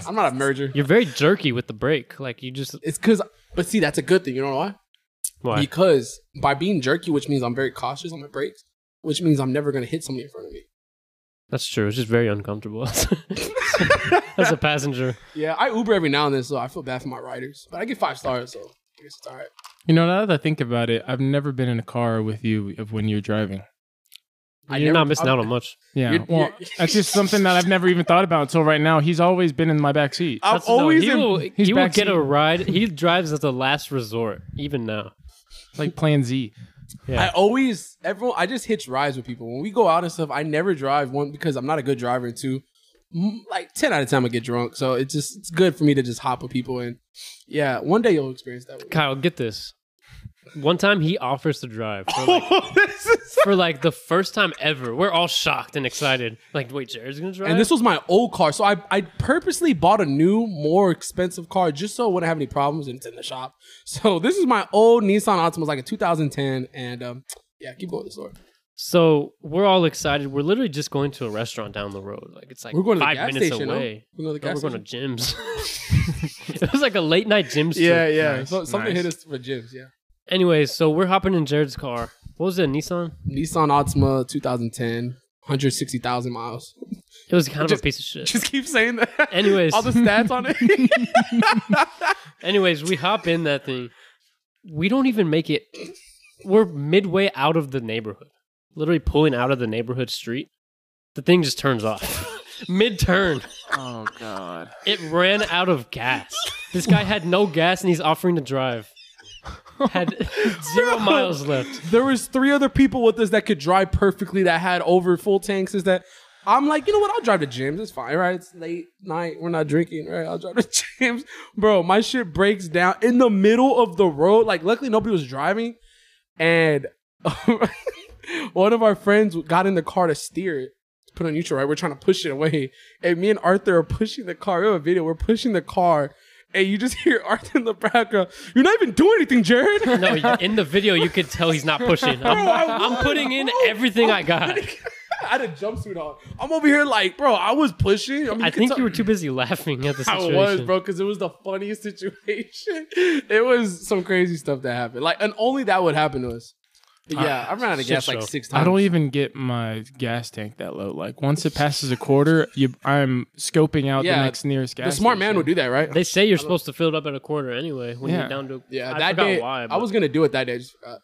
S3: I'm not a merger.
S2: You're very jerky with the brake. Like you just
S3: It's because. But see, that's a good thing. You know why?
S2: why?
S3: Because by being jerky, which means I'm very cautious on my brakes, which means I'm never gonna hit somebody in front of me.
S2: That's true. It's just very uncomfortable [laughs] as a passenger.
S3: Yeah, I Uber every now and then, so I feel bad for my riders. But I get five stars, so I guess it's all right.
S1: You know, now that I think about it, I've never been in a car with you of when you're driving.
S3: I
S2: You're
S3: never-
S2: not missing
S3: I-
S2: out on much.
S1: Yeah,
S3: You're-
S1: well,
S3: you're- [laughs]
S1: that's just something that I've never even thought about until right now. He's always been in my back seat.
S3: I'm
S2: That's- no,
S3: always
S2: he
S3: in-
S2: will,
S1: he's
S2: he will get a
S1: backseat.
S2: ride. He drives as a last resort, even now.
S1: It's like Plan Z.
S2: Yeah.
S3: I always everyone I just hitch rides with people. When we go out and stuff, I never drive one because I'm not a good driver and two. m- Like ten out of time I get drunk. So it's just it's good for me to just hop with people and yeah, one day you'll experience that with me.
S2: Kyle, get this. One time he offers to drive for like,
S3: [laughs]
S2: for like the first time ever. We're all shocked and excited. Like, wait, Jared's gonna drive?
S3: And this was my old car. So I, I purposely bought a new, more expensive car just so I wouldn't have any problems and it's in the shop. [laughs] So this is my old Nissan Altima. It's like a 2010. And um, yeah, keep going with the story.
S2: so we're all excited. We're literally just going to a restaurant down the road. Like it's like
S3: We're going to the
S2: five
S3: gas
S2: minutes
S3: station, no?
S2: away.
S3: We're going to the
S2: No,
S3: gas
S2: we're going to gyms. [laughs]
S3: [laughs]
S2: it was like a late night gym.
S3: Yeah,
S2: trip.
S3: yeah.
S1: Nice,
S3: so, something
S1: nice.
S3: hit us for gyms, yeah.
S2: Anyways, so we're hopping in Jared's car. What was it? Nissan?
S3: Nissan Altima 2010, 160,000 miles.
S2: It was kind of
S3: Just-
S2: a piece of shit.
S3: Just keep saying that.
S2: Anyways.
S3: all the stats on it.
S2: Anyways, we hop in that thing. We don't even make it. We're midway out of the neighborhood, literally pulling out of the neighborhood street. The thing just turns off [laughs] mid turn.
S1: Oh God.
S2: It ran out of gas. This guy had no gas and he's offering to drive.
S3: [laughs]
S2: Had zero miles left.
S3: there was three other people with us that could drive perfectly that had over full tanks. Is that I'm like, you know what? I'll drive to gyms. It's fine, right? It's late night. We're not drinking, right? I'll drive to [laughs] gyms, bro. My shit breaks down in the middle of the road. Like, luckily nobody was driving, [laughs] and one of our friends got in the car to steer it. put on YouTube, right? We're trying to push it away. And me and Arthur are pushing the car. We have a video. We're pushing the car. And you just [laughs] hear Arthur in the background. You're not even doing anything, Jared. [laughs]
S2: No, you- in the video you could tell he's not pushing. I'm, I'm putting in everything I got.
S3: [laughs] I had a jumpsuit on. I'm over here like, bro, I was pushing. I, mean,
S2: I
S3: can
S2: think
S3: tell-
S2: you were too busy laughing at the
S3: [laughs] I
S2: situation.
S3: was, bro, because it was the funniest [laughs] situation. It was some crazy stuff that happened. Like, and only that would happen to us. But yeah, I've run out of
S2: shit
S3: gas like
S2: show.
S3: six times.
S1: I don't even get my gas tank that low. Like once it passes a quarter, you, I'm scoping out
S3: Yeah,
S1: the next nearest gas.
S3: The smart man
S1: station.
S3: would do that, right?
S2: They say you're supposed to fill it up at a quarter anyway when
S1: Yeah.
S2: you're down to.
S3: yeah,
S2: I
S3: that
S2: forgot
S3: day
S2: why.
S3: I
S2: but-
S3: was gonna do it that day. I just uh, forgot.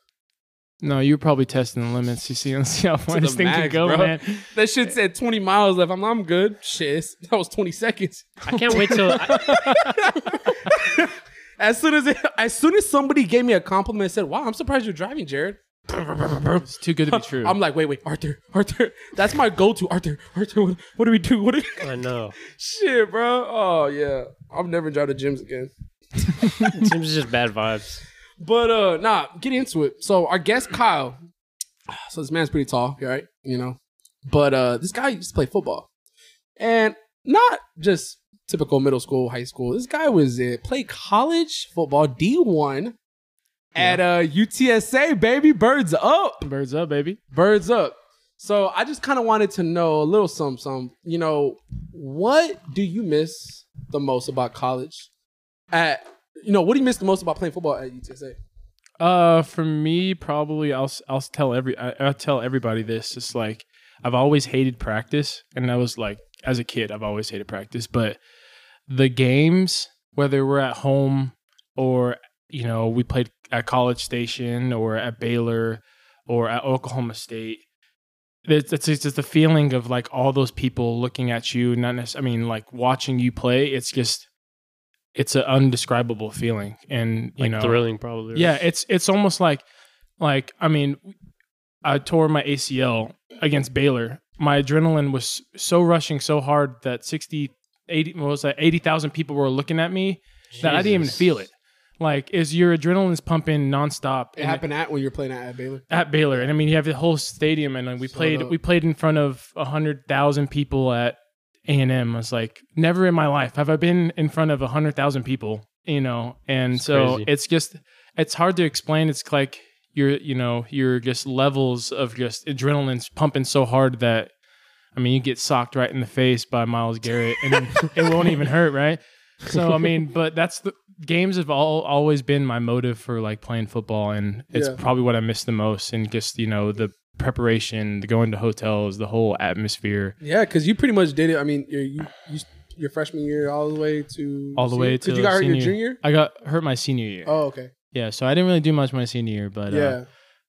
S1: No, you were probably testing the limits. You see, [laughs] see how far
S3: To
S1: this
S3: the
S1: thing can
S3: max,
S1: go,
S3: bro.
S1: man.
S3: [laughs] That shit said 20 miles left. I'm, I'm good. Shit, it's- that was 20 seconds.
S2: I can't wait
S3: [laughs]
S2: till. I,
S3: As soon as it, [laughs] as soon as somebody gave me a compliment and said, "Wow, I'm surprised you're driving, Jared." [laughs]
S1: It's too good to be true.
S3: I'm like, wait, wait, Arthur, Arthur. [laughs] That's my go-to, Arthur, Arthur. What, what do we do? [laughs] What do we...
S2: I know.
S3: Shit, bro. Oh yeah, I'm never driving to gyms again.
S2: Tim's just bad vibes.
S3: But uh nah, get into it. So our guest Kyle. [sighs] So this man's pretty tall, right? You know. But uh this guy used to play football. And not just typical middle school, high school. This guy was uh, play college football D1 at uh UTSA, baby. Birds up.
S1: Birds up, baby.
S3: Birds up. So I just kind of wanted to know a little some some, you know, what do you miss the most about college? At you know, what do you miss the most about playing football at UTSA?
S1: Uh, for me, probably I'll s- I'll tell every I, I'll tell everybody this. It's like I've always hated practice, and I was like as a kid, I've always hated practice. But the games, whether we're at home or you know we played at College Station or at Baylor or at Oklahoma State, it's, it's, it's just the feeling of like all those people looking at you. Not necessarily, I mean, like watching you play. It's just it's an undescribable feeling, and you
S2: Like
S1: know
S2: thrilling, probably. right?
S1: yeah, it's it's almost like like I mean, I tore my ACL against Baylor. My adrenaline was so rushing so hard that 60 80 what was that 80,000 people were looking at me that I didn't even
S2: Jesus.
S1: feel it. Like is your adrenaline's pumping nonstop
S3: It
S1: and-
S3: happened at when you were playing at, at Baylor.
S1: at Baylor. And I mean, you have the whole stadium and like, we played
S3: up.
S1: we played in front of 100,000 people at A&M. I was like, never in my life have I been in front of 100,000 people, you know. And
S2: It's
S1: so
S2: crazy.
S1: it's just it's hard to explain. It's like you're, you know, you're just levels of just adrenaline's pumping so hard that I mean, you get socked right in the face by Miles Garrett and
S2: [laughs]
S1: it won't even hurt, right? So I mean, but that's the games have all always been my motive for like playing football and it's
S3: Yeah.
S1: probably what I miss the most and just, you know, the preparation, the going to hotels, the whole atmosphere
S3: Yeah, because you pretty much did it. I mean, your you, you, your freshman year all the way to
S1: all the way to
S3: because you got hurt
S1: senior.
S3: your junior.
S1: I got hurt my senior year.
S3: Oh, okay.
S1: Yeah, so I didn't really do much my senior year, but yeah.
S3: yeah,
S1: uh,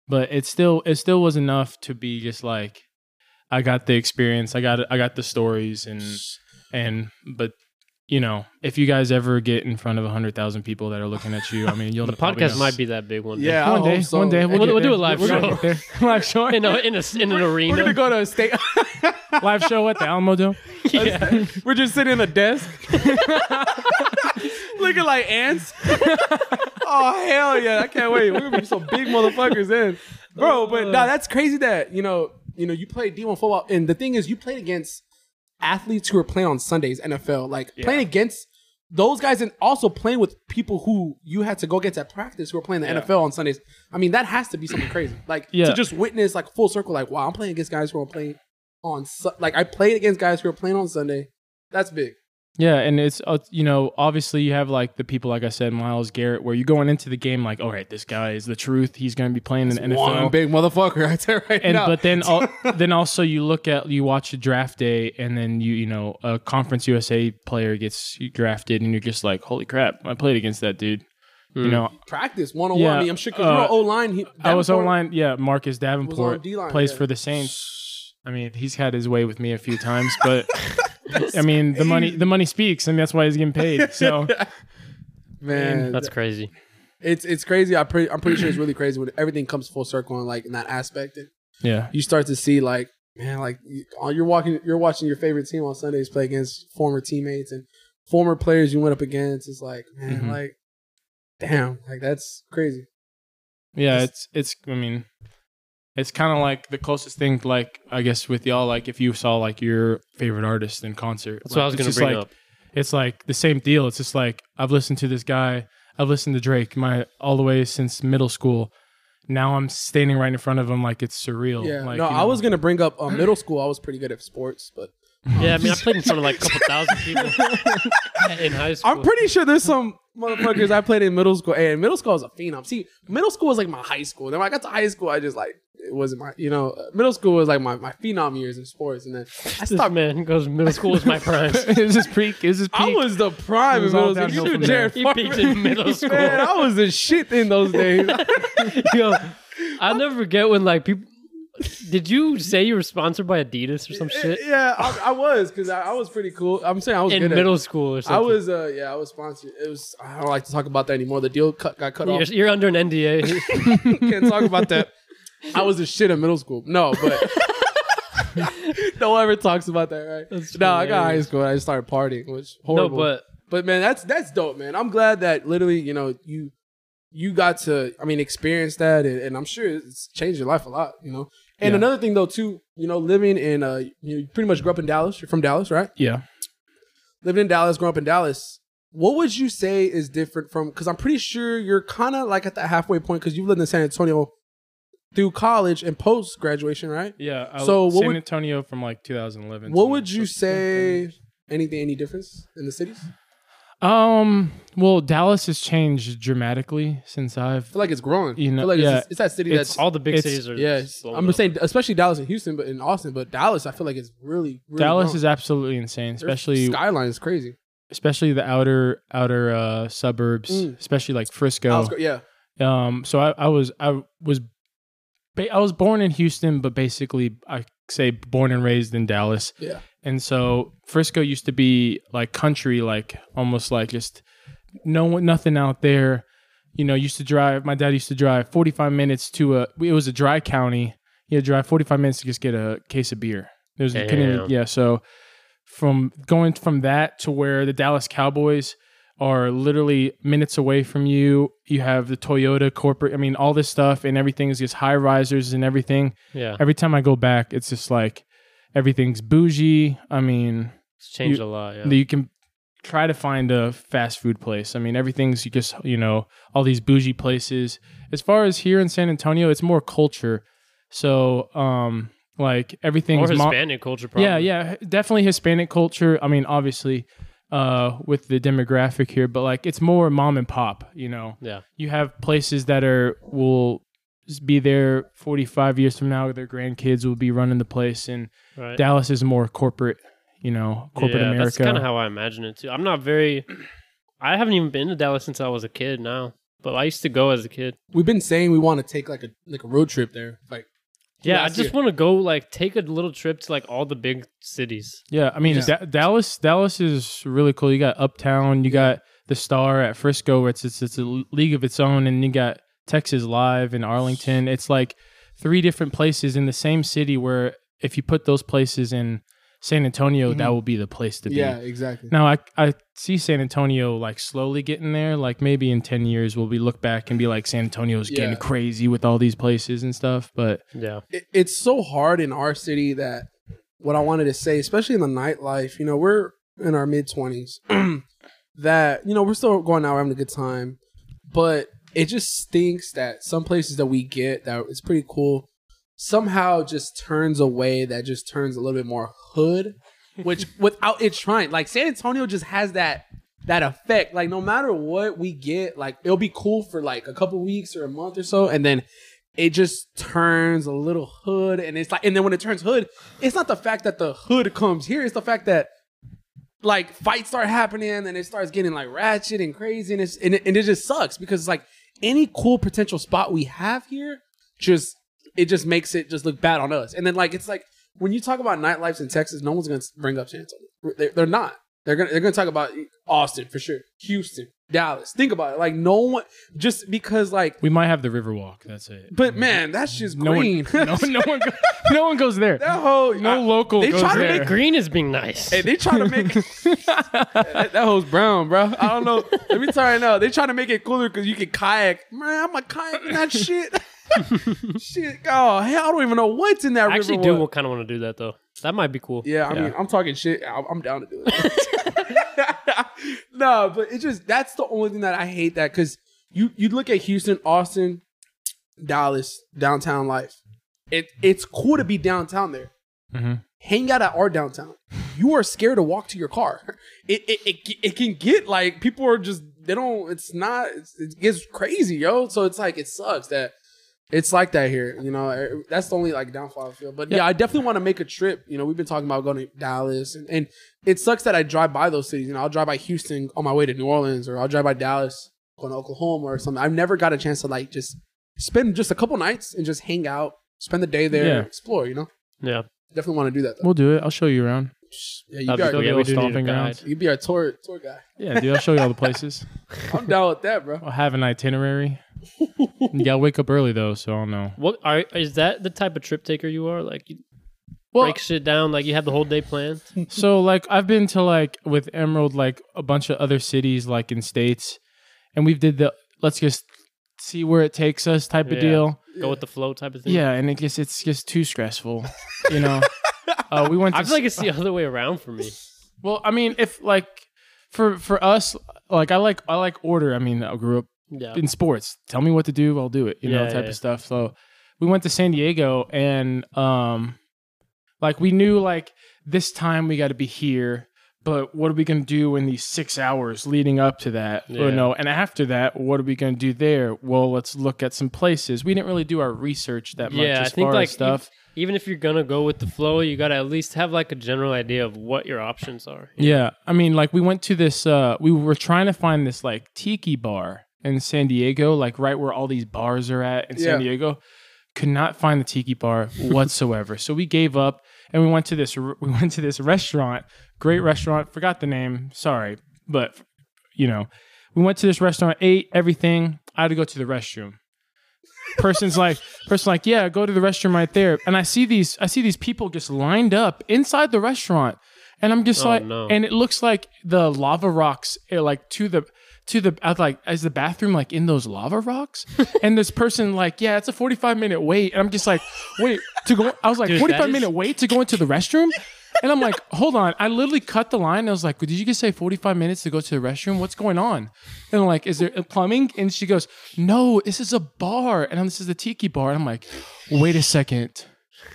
S1: but it still it still was enough to be just like I got the experience, I got I got the stories and and but you know, if you guys ever get in front of 100,000 people that are looking at you, I mean, you'll
S2: The
S1: probably
S2: podcast
S1: know.
S2: might be that big one. day.
S3: yeah. I
S1: one day,
S3: hope so.
S1: one day we'll,
S2: We'll-
S1: get
S2: we'll do
S1: there.
S2: a live
S1: We're
S2: show.
S1: gonna get there. [laughs] live show,
S2: [laughs] In a in a in an
S3: We're
S2: arena.
S3: gonna go to a state. [laughs]
S1: live show at the Alamo Dome.
S2: yeah.
S3: We're just sitting at a desk, looking like ants. [laughs] oh hell yeah! I can't wait. We're gonna be some big motherfuckers then, bro. But nah, that's crazy. That you know, you know, you played D one football, and the thing is, you played against athletes who are playing on Sundays NFL, like playing against those guys, and also playing with people who you had to go against at practice who are playing the NFL on Sundays. I mean, that has to be something crazy. Like
S1: Yeah.
S3: to just witness like full circle, like wow, I'm playing against guys who are playing on Su- like I played against guys who are playing on Sunday. That's big.
S1: Yeah, and it's uh, you know obviously you have like the people like I said, Miles Garrett, where you're going into the game like, all right, this guy is the truth. He's going to be playing in the NFL.
S3: One big motherfucker. [laughs] I tell you right
S1: and
S3: now.
S1: but
S3: [laughs]
S1: then al- then also you look at you watch a draft day and then you you know a conference USA player gets drafted and you're just like holy crap I played against that dude you know
S3: practice one on one. I
S1: Yeah,
S3: mean, I'm sure because
S1: uh,
S3: you're O line. He,
S1: I was
S3: Davenport-
S1: online yeah Marcus Davenport
S3: D-line,
S1: plays
S3: yeah.
S1: for the Saints I mean he's had his way with me a few times
S3: [laughs]
S1: but I mean the money the money speaks and that's why he's getting paid
S3: [laughs]
S1: so
S3: Man,
S2: That's craze.
S3: it's it's crazy. I pre- I'm pretty sure it's really crazy when everything comes full circle and like in that aspect. And
S1: yeah
S3: you start to see like man, like you, all- you're walking, you're watching your favorite team on Sundays play against former teammates and former players you went up against. It's like man,
S1: Mhm.
S3: like damn, like that's crazy.
S1: yeah it's it's I mean It's kind of like the closest thing, like I guess with y'all, like if you saw like your favorite artist in concert.
S2: That's
S1: like,
S2: what I was
S1: it's
S2: gonna
S1: just,
S2: bring
S1: like,
S2: up.
S1: It's like the same deal. It's just like I've listened to this guy. I've listened to Drake my all the way since middle school. Now I'm standing right in front of him, like it's surreal.
S3: Yeah.
S1: like,
S3: no,
S1: you
S3: I
S1: know. [laughs]
S3: was gonna bring up um, middle school. I was pretty good at sports, but
S2: Yeah, I mean, I played in front of like a
S3: [laughs]
S2: couple thousand people in high school.
S3: I'm pretty sure there's some motherfuckers I played in middle school. And middle school I was a phenom. See, middle school was like my high school. Then when I got to high school, I just like it wasn't my you know uh, middle school was like my, my phenom years in sports. And then I
S2: This
S3: stopped.
S2: man goes middle school was my
S3: [laughs]
S2: prime.
S1: it was just peak. It was just peak.
S3: I was the prime
S1: It
S3: in
S1: was all
S3: middle school.
S1: downhill
S3: You knew
S1: from there.
S3: Jared
S2: He
S3: Farmer.
S2: peaked in
S3: [laughs]
S2: middle [laughs] school.
S3: Man, I was the shit in those days.
S2: Yo, I'll never forget when like people. Did you say you were sponsored by Adidas or some shit
S3: yeah, I, I was because I, I was pretty cool. I'm saying I was
S2: in
S3: good at-
S2: middle school or
S3: I
S2: something?
S3: was, uh, yeah, I was sponsored. It was. I don't like to talk about that anymore. The deal cut got cut off.
S2: You're, you're under an NDA.
S3: Can't talk about that. I was a shit in middle school. No, but [laughs] no one ever talks about that, right?
S2: That's
S3: no, I got high
S2: hilarious.
S3: school. and I started partying, which
S2: no,
S3: horrible.
S2: but
S3: But man, that's that's dope, man. I'm glad that literally, you know, you you got to, I mean, experience that, and, and I'm sure it's changed your life a lot, you know. And
S1: Yeah.
S3: another thing though, too, you know, living in, uh, you pretty much grew up in Dallas. You're from Dallas, right?
S1: yeah.
S3: living in Dallas, growing up in Dallas, what would you say is different from? Because I'm pretty sure you're kind of like at that halfway point because you've lived in San Antonio through college and post graduation, right?
S1: Yeah. I,
S3: So what
S1: San
S3: would-
S1: Antonio from like 2011.
S3: What
S1: to-
S3: would you say? Anything, any difference in the cities? I
S1: Um. Well, Dallas has changed dramatically since I've.
S3: feel like it's growing.
S1: You know,
S3: I feel like it's-
S1: yeah.
S3: it's, that city
S1: It's-
S3: that's
S2: all the big
S1: It's-
S2: cities are.
S3: yeah.
S2: slowed
S3: I'm
S2: up.
S3: saying especially Dallas and Houston, but in Austin, but Dallas, I feel like it's really, really
S1: Dallas
S3: growing.
S1: is absolutely insane,
S3: Their
S1: especially
S3: skyline is crazy.
S1: especially the outer outer uh, suburbs,
S3: Mm.
S1: especially like Frisco.
S3: Outskir- yeah,
S1: Um, so I, I was I was ba- I was born in Houston, but basically I say born and raised in Dallas.
S3: yeah.
S1: And so Frisco used to be like country, like almost like just no one, nothing out there. You know, used to drive. My dad used to drive 45 minutes to a. It was a dry county. You had to drive 45 minutes to just get a case of beer. There's a
S2: Damn.
S1: yeah. So from going from that to where the Dallas Cowboys are literally minutes away from you. You have the Toyota corporate. I mean, all this stuff and everything is just high risers and everything.
S2: yeah,
S1: Every time I go back, it's just like everything's bougie. I mean,
S2: it's changed a lot. Yeah.
S1: you can try to find a fast food place. I mean, everything's you just you know all these bougie places. As far as here in San Antonio, it's more culture. So, um, like
S2: More
S1: everything's mo-
S2: Hispanic culture, probably.
S1: yeah, yeah, definitely Hispanic culture. I mean, obviously, uh, with the demographic here, but like it's more mom and pop. You know,
S2: yeah.
S1: you have places that are will be there 45 years from now their grandkids will be running the place and
S2: Right.
S1: dallas is more corporate you know corporate
S2: yeah,
S1: america
S2: That's kind of how I imagine it too. I'm not very. I haven't even been to Dallas since I was a kid now, but I used to go as a kid.
S3: We've been saying we want to take like a like a road trip there, like
S2: Yeah, I
S3: Last
S2: just
S3: year.
S2: want to go like take a little trip to like all the big cities.
S1: yeah i mean
S3: Yeah.
S1: Da- dallas dallas is really cool you got uptown you got the star at frisco where it's, it's it's a league of its own and you got texas live in arlington it's like three different places in the same city where if you put those places in san antonio that will be the place to be
S3: Mm-hmm. yeah, exactly.
S1: Now I I see San Antonio like slowly getting there. Like maybe in ten years we'll be look back and be like San Antonio's
S3: Yeah.
S1: getting crazy with all these places and stuff. But
S2: Yeah,
S3: it, it's so hard in our city that what I wanted to say, especially in the nightlife, you know, we're in our mid twenties, [clears throat] that you know we're still going out, we're having a good time, but it just stinks that some places that we get that is pretty cool somehow just turns away that just turns a little bit more hood, which without it trying, like San Antonio just has that that effect. Like no matter what we get, like it'll be cool for like a couple weeks or a month or so, and then it just turns a little hood, and it's like, and then when it turns hood, it's not the fact that the hood comes here; it's the fact that like fights start happening, and it starts getting like ratchet and crazy, and it's and it, and it just sucks because like any cool potential spot we have here, just it just makes it just look bad on us, and then like it's like when you talk about nightlifes in Texas, no one's gonna bring up San Antonio. They're, they're not. They're gonna they're gonna talk about Austin for sure, Houston, Dallas. Think about it. Like no one just because like.
S1: we might have the Riverwalk. That's it.
S3: But man, that's just
S1: Mm-hmm. no
S3: green. [laughs]
S1: one [laughs] no, no one go, no one goes there.
S3: that whole
S1: No local
S3: they
S1: goes
S3: try to
S1: there.
S3: make
S2: green is being nice.
S3: Hey, they trying to make that, that hoe's brown, bro. I don't know. Let me tell you right now, they trying to make it cooler because you can kayak. Man, I'm a kayak in that shit. [laughs] Shit, oh hell, I don't even know what's in that
S2: I actually
S3: river.
S2: do
S3: wa-
S2: kind of want to do that though. That might be cool.
S3: Yeah, I mean, I'm talking shit. I'm, I'm down to do it. [laughs] no, but it's just that's the only thing that I hate that because you you look at Houston, Austin, Dallas, downtown life. It it's cool to be downtown there.
S1: Mhm.
S3: Hang out at our downtown. You are scared to walk to your car. [laughs] It it it, it can get like people are just they don't. It's not. It's, it gets crazy, yo. So it's like it sucks that. It's like that here, you know. eh, That's the only like downfall I feel. But yeah, I definitely want to make a trip. You know, we've been talking about going to Dallas, and, and it sucks that I drive by those cities. You know, I'll drive by Houston on my way to New Orleans, or I'll drive by Dallas going to Oklahoma or something. I've never got a chance to like just spend just a couple nights and just hang out, spend the day there,
S1: Yeah.
S3: explore. You know,
S2: Yeah.
S3: definitely want to do that. Though.
S1: We'll do it. I'll show you around.
S3: Yeah,
S2: That'd
S3: you be,
S2: be
S3: our,
S2: cool.
S1: go
S2: Yeah, we
S1: to
S2: do need a
S1: stomping
S2: guide.
S1: grounds.
S3: you be our tour tour guy.
S1: Yeah, dude, I'll show you all the places.
S3: I'm down with
S1: [laughs]
S3: that, bro.
S1: I'll have an
S3: [laughs]
S1: itinerary. you gotta wake up early though, so I don't know.
S2: What are is that the type of trip taker you are? Like you
S3: Well-
S2: break shit down, like you have the whole day
S3: [laughs]
S2: planned.
S1: So like I've been to like with Emerald like a bunch of other cities like in states, and we've did the let's just see where it takes us type
S2: Yeah.
S1: of deal.
S2: Go with the flow type of thing.
S1: Yeah, and it just it's just too stressful, you
S2: [laughs]
S1: know. uh, we went. To
S2: I feel like it's the [laughs] other way around for me.
S1: well, I mean, if like for for us, like I like I like order. I mean, I grew up
S2: Yeah.
S1: in sports. Tell me what to do, I'll do it. You know,
S2: Yeah,
S1: type
S2: yeah, yeah.
S1: of stuff. So we went to San Diego and um like we knew like this time we gotta be here, but what are we gonna do in these six hours leading up to that?
S2: Yeah.
S1: Or no, and after that, what are we gonna do there? Well, let's look at some places. We didn't really do our research that much
S2: Yeah,
S1: as
S2: I think
S1: far
S2: like
S1: as stuff.
S2: e- even if you're gonna go with the flow, you gotta at least have like a general idea of what your options are.
S1: Yeah. I mean, like we went to this uh we were trying to find this like tiki bar in San Diego, like right where all these bars are at in
S3: Yeah.
S1: San Diego. Could not find the tiki bar whatsoever. so we gave up and we went to this [laughs] we went to this restaurant, great restaurant, forgot the name, sorry, but you know, we went to this restaurant, ate everything. I had to go to the restroom. Person's like, person like, yeah, go to the restroom right there. And I see these, I see these people just lined up inside the restaurant, and I'm just
S2: Oh,
S1: like,
S2: no.
S1: and it looks like the lava rocks, are like to the. To the I was like, is the bathroom like in those lava
S2: [laughs]
S1: rocks? and this person like, yeah, it's a forty five minute wait. And I'm just like, wait to go. I was like,
S2: Dude, that
S1: forty five
S2: is-
S1: minute wait to go into the restroom. And I'm like, [laughs] hold on. I literally cut the line. I was like, did you just say 45 minutes to go to the restroom? What's going on? And I'm like, is there plumbing? And she goes, no, this is a bar. And I'm- this is the tiki bar. And I'm like, wait a second.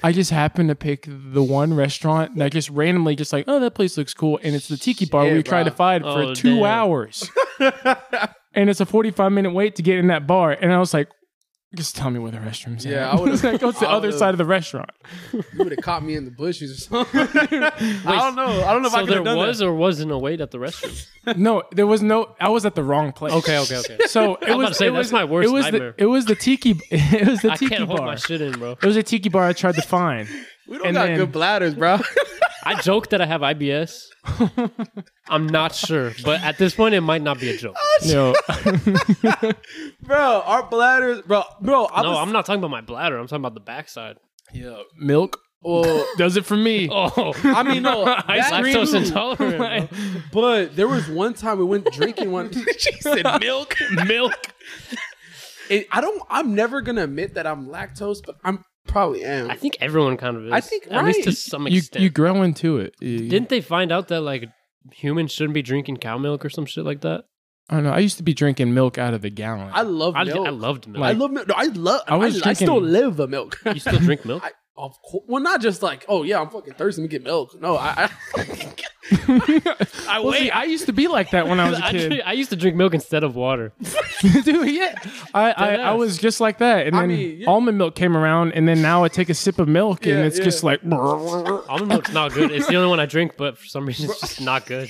S1: I just happened to pick the one restaurant that just randomly just like, oh, that place looks cool. And it's the tiki bar
S3: Shit,
S1: we tried
S3: bro.
S1: to find
S2: Oh,
S1: for two
S2: damn. [laughs]
S1: hours. and it's a 45 minute wait to get in that bar. And I was like, just tell me where the restroom's [laughs]
S3: Yeah,
S1: at.
S3: I would've-
S1: Like, go to the
S3: I
S1: other
S3: would've-
S1: side of the restaurant.
S3: You would have caught me in the bushes or something. I don't know. I don't know if
S2: So
S3: I could
S2: there
S3: have done
S2: was
S3: that.
S2: or wasn't a wait at the restroom.
S1: No, there was no. I was at the wrong place.
S2: okay, okay, okay.
S1: So it
S2: about
S1: was.
S2: to say,
S1: it
S2: that's
S1: was,
S2: my worst
S1: it was
S2: nightmare.
S1: The, it was the tiki. [laughs] It was the
S2: [laughs] I
S1: tiki
S2: can't
S1: bar.
S2: hold my shit in, bro.
S1: It was a tiki bar I tried to
S2: [laughs]
S1: find.
S3: We don't
S1: and
S3: got
S1: then-
S3: good bladders, [laughs] bro.
S2: I joke that I have
S3: [laughs]
S2: IBS. I'm not sure, but at this point, it might not be a joke.
S1: no,
S3: bro, our bladders, bro, bro. I
S2: no,
S3: was,
S2: I'm not talking about my bladder. I'm talking about the backside.
S1: milk [laughs]
S3: well,
S1: does it for me.
S2: [laughs] Oh,
S3: I mean, no,
S2: ice
S3: that-
S1: [laughs]
S2: lactose intolerant.
S3: But there was one time we went drinking [laughs] one. she said milk.
S2: bro. [laughs] Milk.
S3: It, I don't. I'm never gonna admit that I'm lactose, but I'm probably am.
S2: I think everyone kind of is.
S3: I think,
S2: at least to
S3: right.
S2: some
S1: You
S2: extent.
S1: you grow into it. You-
S2: Oh, Didn't they find out that like humans shouldn't be drinking cow milk or some shit like that?
S1: I don't know. I used to be drinking milk out of the gallon.
S3: I love
S2: I,
S3: milk.
S2: I loved milk.
S3: I love milk. No, I love. I,
S1: I was
S3: I still
S1: drinking-
S3: live the milk.
S2: you still drink milk?
S3: [laughs] I, of course. Well, not just like, oh yeah, I'm fucking thirsty. Let me get milk. No, I. I
S1: I wait. I used to be like that when I was a
S2: [laughs] I,
S1: kid, [laughs]
S2: drink- I used to drink milk instead of water.
S1: dude. Yeah, I, I, I
S2: Deadass.
S1: was just like that, and
S3: I
S1: then
S3: mean, yeah.
S1: almond milk came around, and then now I take a sip of milk,
S3: Yeah,
S1: and it's
S3: yeah.
S1: just like, [laughs] well,
S2: Almond milk's not good. It's the only one I drink, but for some reason it's just not good.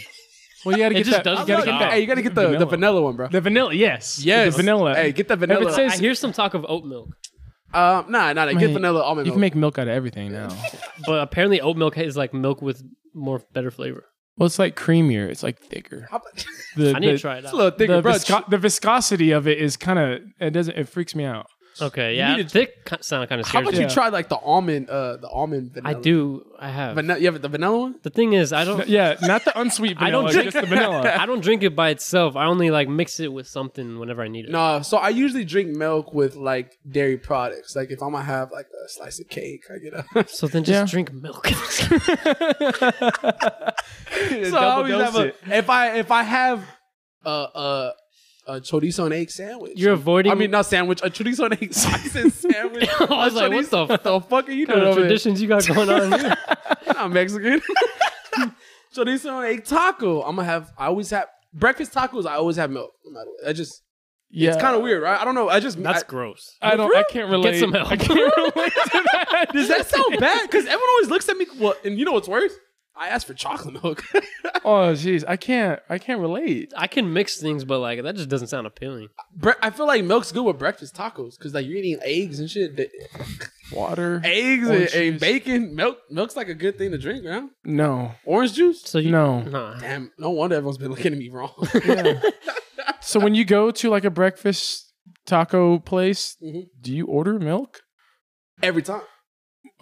S1: you gotta
S2: It
S1: get
S2: just
S1: that.
S2: does
S1: you gotta get
S2: the job.
S1: that.
S3: hey, you gotta get the,
S1: Vanilla.
S3: the vanilla one, bro. Uh,
S1: The vanilla, yes.
S3: Yes.
S1: The vanilla.
S3: Hey, get the vanilla.
S1: If it says,
S2: I hear some talk of oat milk,
S3: um, nah, nah, nah get
S1: Mate,
S3: vanilla almond
S1: you
S3: milk.
S1: can make milk out of everything now.
S2: but apparently oat milk is like milk with more better flavor.
S1: well, it's like creamier. It's like thicker.
S3: How about- [laughs]
S1: The,
S2: I need
S1: the-
S2: to try it
S3: it's
S2: out.
S3: a little
S1: The,
S3: thicker, bro.
S1: visco- the viscosity of it is kind of it doesn't it freaks me out.
S2: Okay,
S3: You
S2: yeah,
S3: need to-
S2: thick ki- sound kind of
S3: How
S2: scares
S3: about
S2: me.
S1: Yeah.
S3: you try like the almond, uh, the almond
S2: I
S3: vanilla?
S2: do. I have.
S3: Vanilla, you have the vanilla one?
S2: the thing is, I
S3: [laughs]
S2: don't.
S1: Yeah, not the unsweet vanilla.
S2: [laughs] I don't drink
S1: just the vanilla.
S2: I don't drink it by itself. I only like mix it with something whenever I need it.
S3: No, so I usually drink milk with like dairy products. Like if I'm gonna have like a slice of cake, I get a. [laughs]
S2: So then just
S1: Yeah.
S2: drink milk. [laughs]
S3: so I always
S1: dose
S3: have a, if I if I have a a, a chorizo and egg sandwich.
S2: You're avoiding.
S3: I mean, not sandwich. A chorizo and egg [laughs] slices sandwich.
S2: I was
S3: A
S2: like, what the
S3: chorizo- the fuck are you
S2: kind
S3: doing
S2: of
S3: over there?
S2: traditions you got going on
S3: [laughs]
S2: here.
S3: I'm not [laughs] Mexican. chorizo and egg taco. I'm gonna have. I always have breakfast tacos. I always have milk. No matter what. I just.
S1: Yeah,
S3: It's kind of weird, right? I don't know. I just.
S2: That's
S3: I, [laughs]
S2: gross.
S1: I don't. I can't relate.
S2: Get some help.
S1: I can't
S2: [laughs]
S1: relate to that.
S3: Does that [laughs] sound bad? Because everyone always looks at me. Well, and you know what's worse? I asked for chocolate milk. [laughs]
S1: Oh, jeez, I can't. I can't relate.
S2: I can mix things, but like that just doesn't sound appealing.
S3: Bre- I feel like milk's good with breakfast tacos because like you're eating eggs and shit. The-
S1: Water.
S3: Eggs and,
S1: Orange
S3: and
S1: juice.
S3: bacon. Milk. Milk's like a good thing to drink, man.
S1: No.
S3: Orange juice.
S2: So you
S1: No.
S2: Nah.
S3: Damn. No wonder everyone's been looking at me wrong.
S1: Yeah. so when you go to like a breakfast taco place,
S3: Mhm.
S2: Mm-hmm.
S1: do you order milk?
S3: [laughs] every time.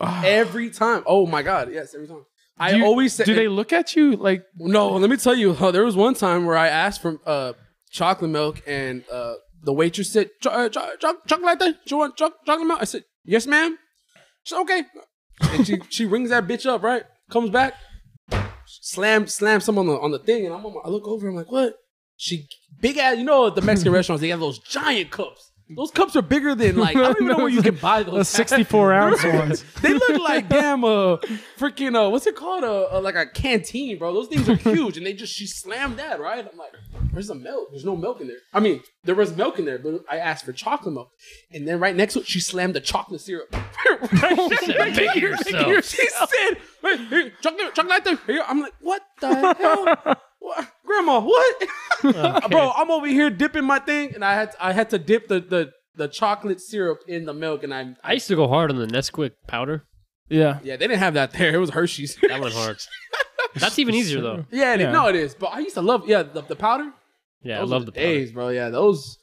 S1: Ah.
S3: Every time. Oh my god. Yes. Every time. I
S1: Do you-
S3: always say.
S1: Do they look at you like
S3: No, let me tell you. huh, there was one time where I asked for uh, chocolate milk, and uh, the waitress said, "Cho- uh, cho- cho- "Chocolate latte? Do you want cho- chocolate milk?" I said, "Yes, ma'am." She said, "Okay," and she [laughs] she rings that bitch up. Right, comes back, slam slam some on the on the thing, and I'm on my, I look over. I'm like, "What?" She big ass. You know, at
S1: [laughs]
S3: the Mexican restaurants they have those giant cups. Those cups are bigger than like I don't even know where you can buy
S1: [laughs]
S3: those.
S1: those 64 ounce ones?
S3: [laughs] They
S1: [laughs]
S3: look like damn uh freaking uh what's it called uh, uh, like a canteen, bro.
S2: [laughs]
S3: Those things are huge, and they just she slammed that right. I'm like, where's the milk? There's no milk in there. I mean, there was milk in there, but I asked for chocolate milk, and then right next to it, she slammed the chocolate syrup. [laughs] Right
S2: She said,
S3: next
S2: "Make
S3: to it.
S2: yourself."
S3: She said, "Wait, here, chocolate, chocolate latte." Here, I'm like, what the
S2: [laughs]
S3: hell? What? Grandma, what? [laughs] Bro, I'm over here dipping my thing, and I had I had to dip the the, the chocolate syrup in the milk, and I,
S2: I used to go hard on the Nesquik powder.
S1: Yeah.
S3: yeah, they didn't have that there. It was Hershey's. [laughs]
S2: That went hard. That's even easier though.
S3: Yeah, it,
S1: Yeah.
S3: no, it is. But I used to love yeah the, the powder.
S2: Yeah,
S3: Those
S2: I
S3: are
S2: love the powder.
S3: days, bro. Yeah, those.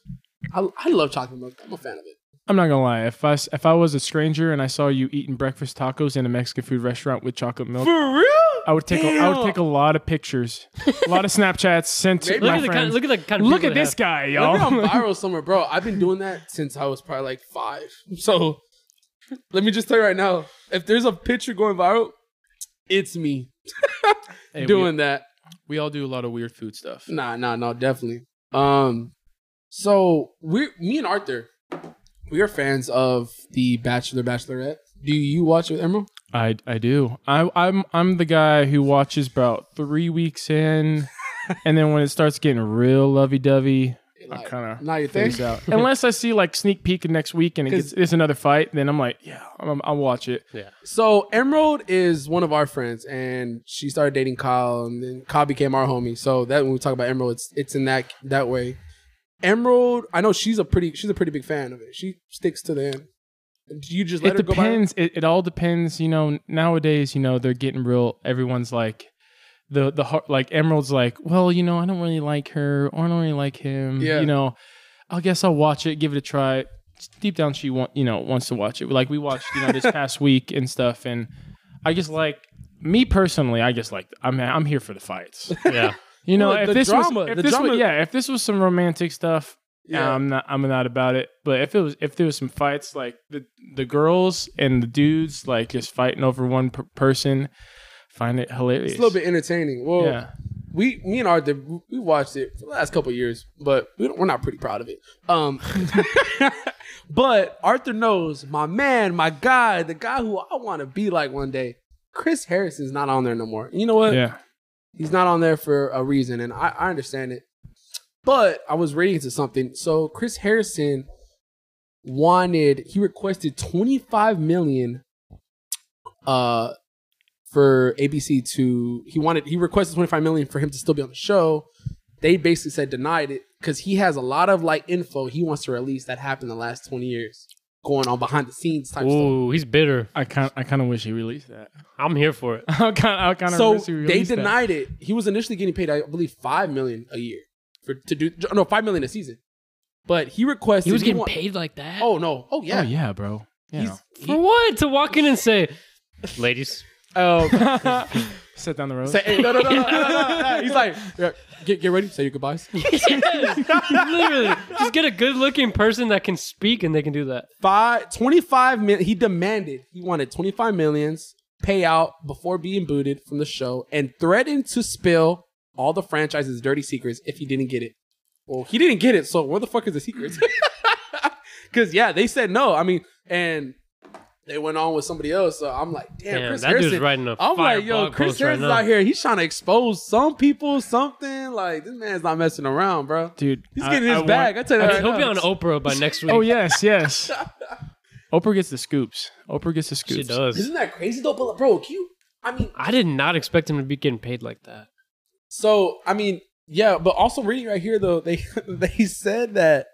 S3: I, I love chocolate milk. I'm a fan of it.
S1: I'm not gonna lie. If I s- if I was a stranger and I saw you eating breakfast tacos in a Mexican food restaurant with chocolate milk,
S3: For real?
S1: I would take a, I would
S3: Damn.
S1: take a lot of pictures, a [laughs] lot of Snapchats sent to
S3: Maybe-
S2: Look
S1: my
S2: at the kind.
S1: friends.
S2: Look at the kind. Of
S1: Look
S2: people
S1: at
S2: they
S1: this
S2: have.
S1: guy,
S3: Maybe
S1: [laughs]
S3: I'm
S1: y'all.
S3: viral somewhere, bro. I've been doing that since I was probably like five. So let me just tell you right now, if there's a picture going viral, it's me
S1: Hey, we-
S3: doing that.
S1: we all do a lot of weird food stuff.
S3: Nah, nah, no, definitely. Um, so we, me and Arthur, we are fans of the Bachelor, Bachelorette. Do you watch it, Emerald?
S1: I I do. I I'm I'm the guy who watches about three weeks [laughs] in, and then when it starts getting real lovey dovey, I kind of
S3: Not your thing.
S1: phase out. Unless I see like sneak peek next week and it
S3: 'Cause-
S1: gets, it's another fight, then I'm like, yeah, I'm, I'll watch it.
S3: So Emerald is one of our friends, and she started dating Kyle, and then Kyle became our homie. So that when we talk about Emerald, it's it's in that that way. Emerald, I know she's a pretty she's a pretty big fan of it. She sticks to the end. Do you just let
S1: it
S3: her
S1: depends. It, it all depends. You know, nowadays, you know, they're getting real. Everyone's like. The, the heart like Emerald's like well you know I don't really like her or I don't really like him
S3: Yeah.
S1: you know I guess I'll watch it give it a try deep down she want you know wants to watch it like we watched you
S3: [laughs]
S1: know this past week and stuff and I just like me personally I just like I'm I'm here for the fights
S2: Yeah.
S1: you know
S3: Well,
S1: if
S3: the
S1: this
S3: drama-
S1: was if
S3: the
S1: this was-
S3: drama-
S1: yeah if this was some romantic stuff
S3: go by? Yeah.
S1: I'm not. I'm not about it. But if it was, if there was some fights, like the the girls and the dudes, like just fighting over one per- person, find it hilarious.
S3: it's a little bit entertaining. Well,
S1: Yeah.
S3: we me and Arthur we watched it for the last couple of years, but we don't, we're not pretty proud of it. Um, [laughs] but Arthur knows my man, my guy, the guy who I want to be like one day. Chris Harrison's not on there no more. You know what?
S1: Yeah.
S3: He's not on there for a reason, and I, I understand it. But I was reading into something. So Chris Harrison wanted he requested 25 million uh for ABC to he wanted he requested 25 million for him to still be on the show. They basically said denied it because he has a lot of like info he wants to release that happened the last 20 years going on behind the scenes type stuff.
S2: [laughs] Ooh, he's bitter.
S1: I kind. I kind of wish he released that. [laughs]
S2: I'm here for [laughs] it.
S1: I kind. I kind of.
S3: So
S1: wish he
S3: they
S1: released that.
S3: denied it. He was initially getting paid, I believe, five million a year for to do no five million a season But he requested.
S2: He was
S3: he
S2: getting
S3: want-
S2: paid like that.
S3: Oh no! Oh
S1: Oh
S3: yeah.
S1: yeah, bro. Yeah.
S3: He's-
S2: for what? To walk in and say, "Ladies,
S3: Um,
S1: [laughs] Sit down the road.
S3: say, hey, no, no, no, no, no, no, no. He's like, yeah, get get ready. Say your goodbyes.
S2: [laughs] [laughs] literally, just get a good-looking person that can speak and they can do that."
S3: Five, 25 mil- He demanded. He wanted twenty five millions payout before being booted from the show and threatened to spill all the franchise's dirty secrets if he didn't get it. Well, he didn't get it. So where the fuck is the [laughs] secrets? Because yeah, they said no. I mean, and they went on with somebody else. So I'm like, damn,
S2: Damn,
S3: Chris
S2: that
S3: Harrison.
S2: dude's writing a
S3: I'm
S2: fire
S3: like, yo,
S2: blog
S3: Chris
S2: post right
S3: Harrison's
S2: now.
S3: out here. He's trying to expose some people, something. Like this man's not messing around, bro.
S1: Dude,
S3: He's
S1: I-
S3: getting his
S1: I
S3: bag.
S1: want-
S3: I tell you
S2: I
S3: that.
S2: mean,
S3: right
S2: he'll be
S3: now.
S2: on Oprah
S3: [laughs]
S2: by next week.
S1: oh yes, yes. Oprah gets the scoops. Oprah gets the
S2: she
S1: scoops.
S2: does.
S3: Isn't that crazy though? But like, bro, can you? I mean,
S2: I did not expect him to be getting paid like that.
S3: so I mean, yeah. But also reading right here though, they [laughs] they said that.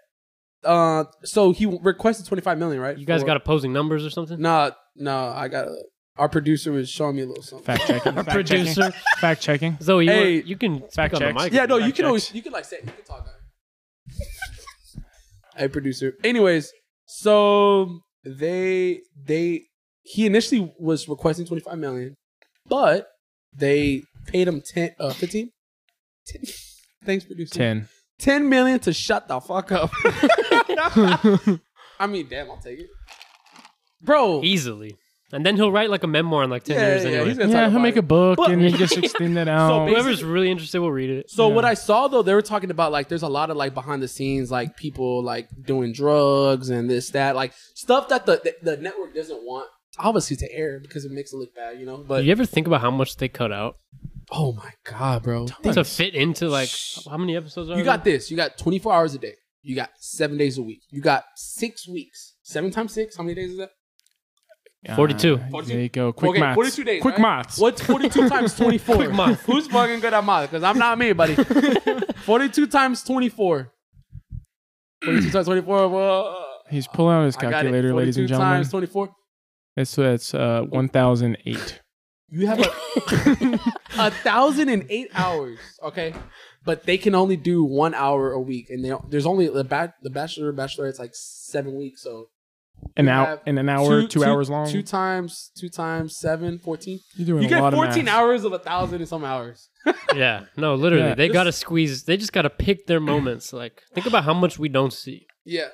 S3: Uh, so he requested twenty five million, right?
S2: You guys
S3: For-
S2: got opposing numbers or something?
S3: Nah, nah. I got. Our producer was showing me a little something.
S1: Fact
S3: [laughs]
S1: checking. Fact
S2: Producer [laughs]
S1: Checking. Fact checking.
S2: Zoe, you,
S3: Hey,
S2: want- you can speak
S1: fact
S2: on the
S1: checks.
S2: mic.
S3: Yeah, no, you
S2: Fact
S3: can
S2: checks.
S3: always you can like say you can talk. [laughs] hey, producer. Anyways, so they they he initially was requesting twenty five million, but they paid him ten uh fifteen. Ten- [laughs] Thanks, producer.
S1: Ten.
S3: 10 million to shut the
S1: [laughs]
S3: fuck up. [laughs] I mean, damn, I'll take it. Bro.
S2: easily, and then he'll write like a memoir in like ten
S3: Yeah,
S2: years.
S3: yeah,
S2: anyway.
S3: he's gonna
S1: Yeah,
S3: talk
S1: he'll
S3: about
S1: make
S3: it.
S1: a book
S3: But-
S1: and then
S3: [laughs]
S1: just extend that out.
S3: basically-
S2: Whoever's really interested will read it.
S3: So what I saw though, they were talking about like there's a lot of like behind the scenes like people like doing drugs and this that like stuff that the the, the network doesn't want obviously to air because it makes it look bad, you know. But
S2: Do you ever think about how much they cut out
S3: oh my god, bro,
S2: to fit into like how many episodes are
S3: you got this. You got 24 hours a day. You got seven days a week. You got six weeks. Seven times six. How many days is that?
S1: Yeah,
S2: 42.
S1: There you go. Quick
S3: okay,
S1: maths.
S3: 42 days.
S1: Quick
S3: right?
S1: maths.
S3: What's
S2: [laughs]
S3: 42 times 24?
S2: Quick math.
S3: [laughs] Who's fucking good at math? Because I'm not
S2: [laughs]
S3: me, buddy. 42 times 24. 42 times 24. Well, uh,
S1: He's pulling out his
S3: I got it.
S1: calculator, ladies and
S3: 42
S1: gentlemen.
S3: times 24.
S1: That's that's uh, one thousand eight.
S3: You have a,
S1: [laughs]
S3: a thousand and eight hours, okay? But they can only do one hour a week, and they don't, there's only the ba- the bachelor bachelorette. It's like seven weeks, so
S1: An
S3: You
S1: hour
S3: have
S1: in an hour, two, hours long.
S3: Two times two times seven, 14.
S1: You're doing
S3: You
S1: a
S3: get
S1: lot of
S3: fourteen
S1: math.
S3: hours of a thousand and some hours.
S2: Yeah, no, literally,
S1: Yeah.
S2: they
S3: This-
S2: gotta squeeze. They just gotta pick their moments. Like, think about how much we don't see.
S3: Yeah.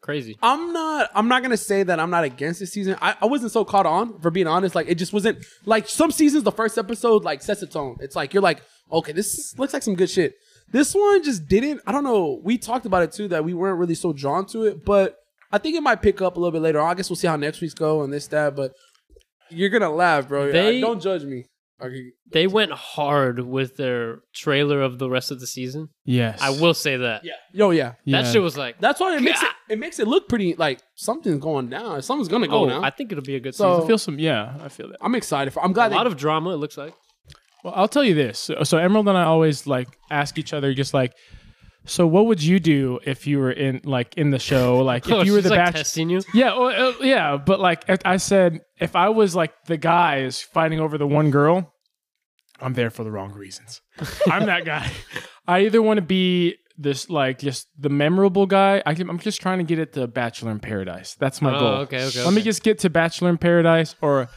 S2: Crazy.
S3: I'm not. I'm not gonna say that I'm not against this season. I, I wasn't so caught on for being honest. Like it just wasn't like some seasons. The first episode like sets a tone. It's like you're like, okay, this is- looks like some good shit. This one just didn't. I don't know. We talked about it too that we weren't really so drawn to it, but I think it might pick up a little bit later. on. I guess we'll see how next week's go and this that. But you're gonna laugh, bro.
S2: They-
S3: I- don't judge me. Okay.
S2: They went hard with their trailer of the rest of the season.
S1: Yes,
S2: I will say that.
S3: Yeah. Yo, yeah.
S1: Yeah.
S2: That shit was like,
S3: That's why it makes it. It makes it look pretty like something's going down. Something's gonna go
S2: oh,
S3: down.
S2: I think it'll be a good
S3: So-
S2: season.
S1: I feel some. Yeah, I feel that.
S3: I'm excited for. I'm
S2: A
S3: glad.
S2: lot
S3: they,
S2: of drama. It looks like.
S1: Well, I'll tell you this. So, so Emerald and I always like ask each other, just like, so what would you do if you were in like in the show, like if
S2: [laughs] oh,
S1: you were
S2: she's,
S1: the
S2: like
S1: bachelor?
S2: testing you.
S1: Yeah, well, uh, yeah, but like if I said, if I was like the guys fighting over the one girl, I'm there for the wrong reasons. I'm that guy. I either want to be this like just the memorable guy. I can, I'm just trying to get at the Bachelor in Paradise. That's my
S2: Oh,
S1: goal.
S2: okay, okay,
S1: Let
S2: okay.
S1: me just get to Bachelor in Paradise, or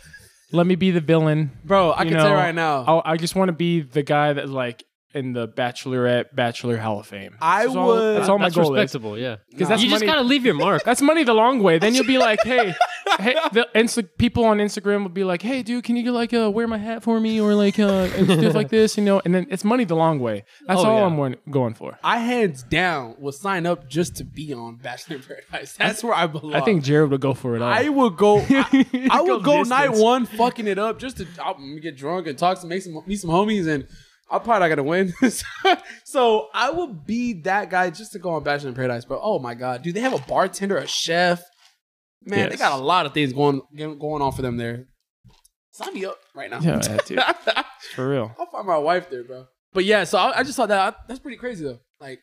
S1: let me be the villain.
S3: bro, I
S1: you
S3: can
S1: know,
S3: tell right now.
S1: I'll- I just want to be the guy that like in the Bachelorette Bachelor Hall of Fame.
S3: I
S1: That's all-
S3: would-
S1: That's all my
S2: that's
S1: goal is.
S2: respectable. Yeah,
S1: 'Cause that's
S2: you just
S1: money-
S2: gotta leave your mark. [laughs]
S1: That's money the long way. Then you'll be like, hey, hey the Insta- people on Instagram will be like, hey, dude, can you like uh, wear my hat for me or like uh, and stuff like this, you know? And then it's money the long way. That's
S2: Oh,
S1: all
S2: yeah.
S1: I'm wan- going for.
S3: I hands down will sign up just to be on Bachelor in Paradise. That's where I belong.
S1: I think Jared would go for it all.
S3: I would go.
S1: [laughs]
S3: I, I would go
S1: Go
S3: night
S1: distance.
S3: one, fucking it up, just to I'll get drunk and talk to make some meet some homies, and I'm probably not gonna win. [laughs] so I would be that guy just to go on Bachelor in Paradise. But oh my god, dude, they have a bartender, a chef. Man, they
S1: Yes.
S3: got a lot of things going going on for them there. Sign me up right now.
S1: yeah, yeah, dude,
S3: [laughs]
S1: for real.
S3: I'll find my wife there, bro. But yeah, so I, I just saw that. I, that's pretty crazy though. Like,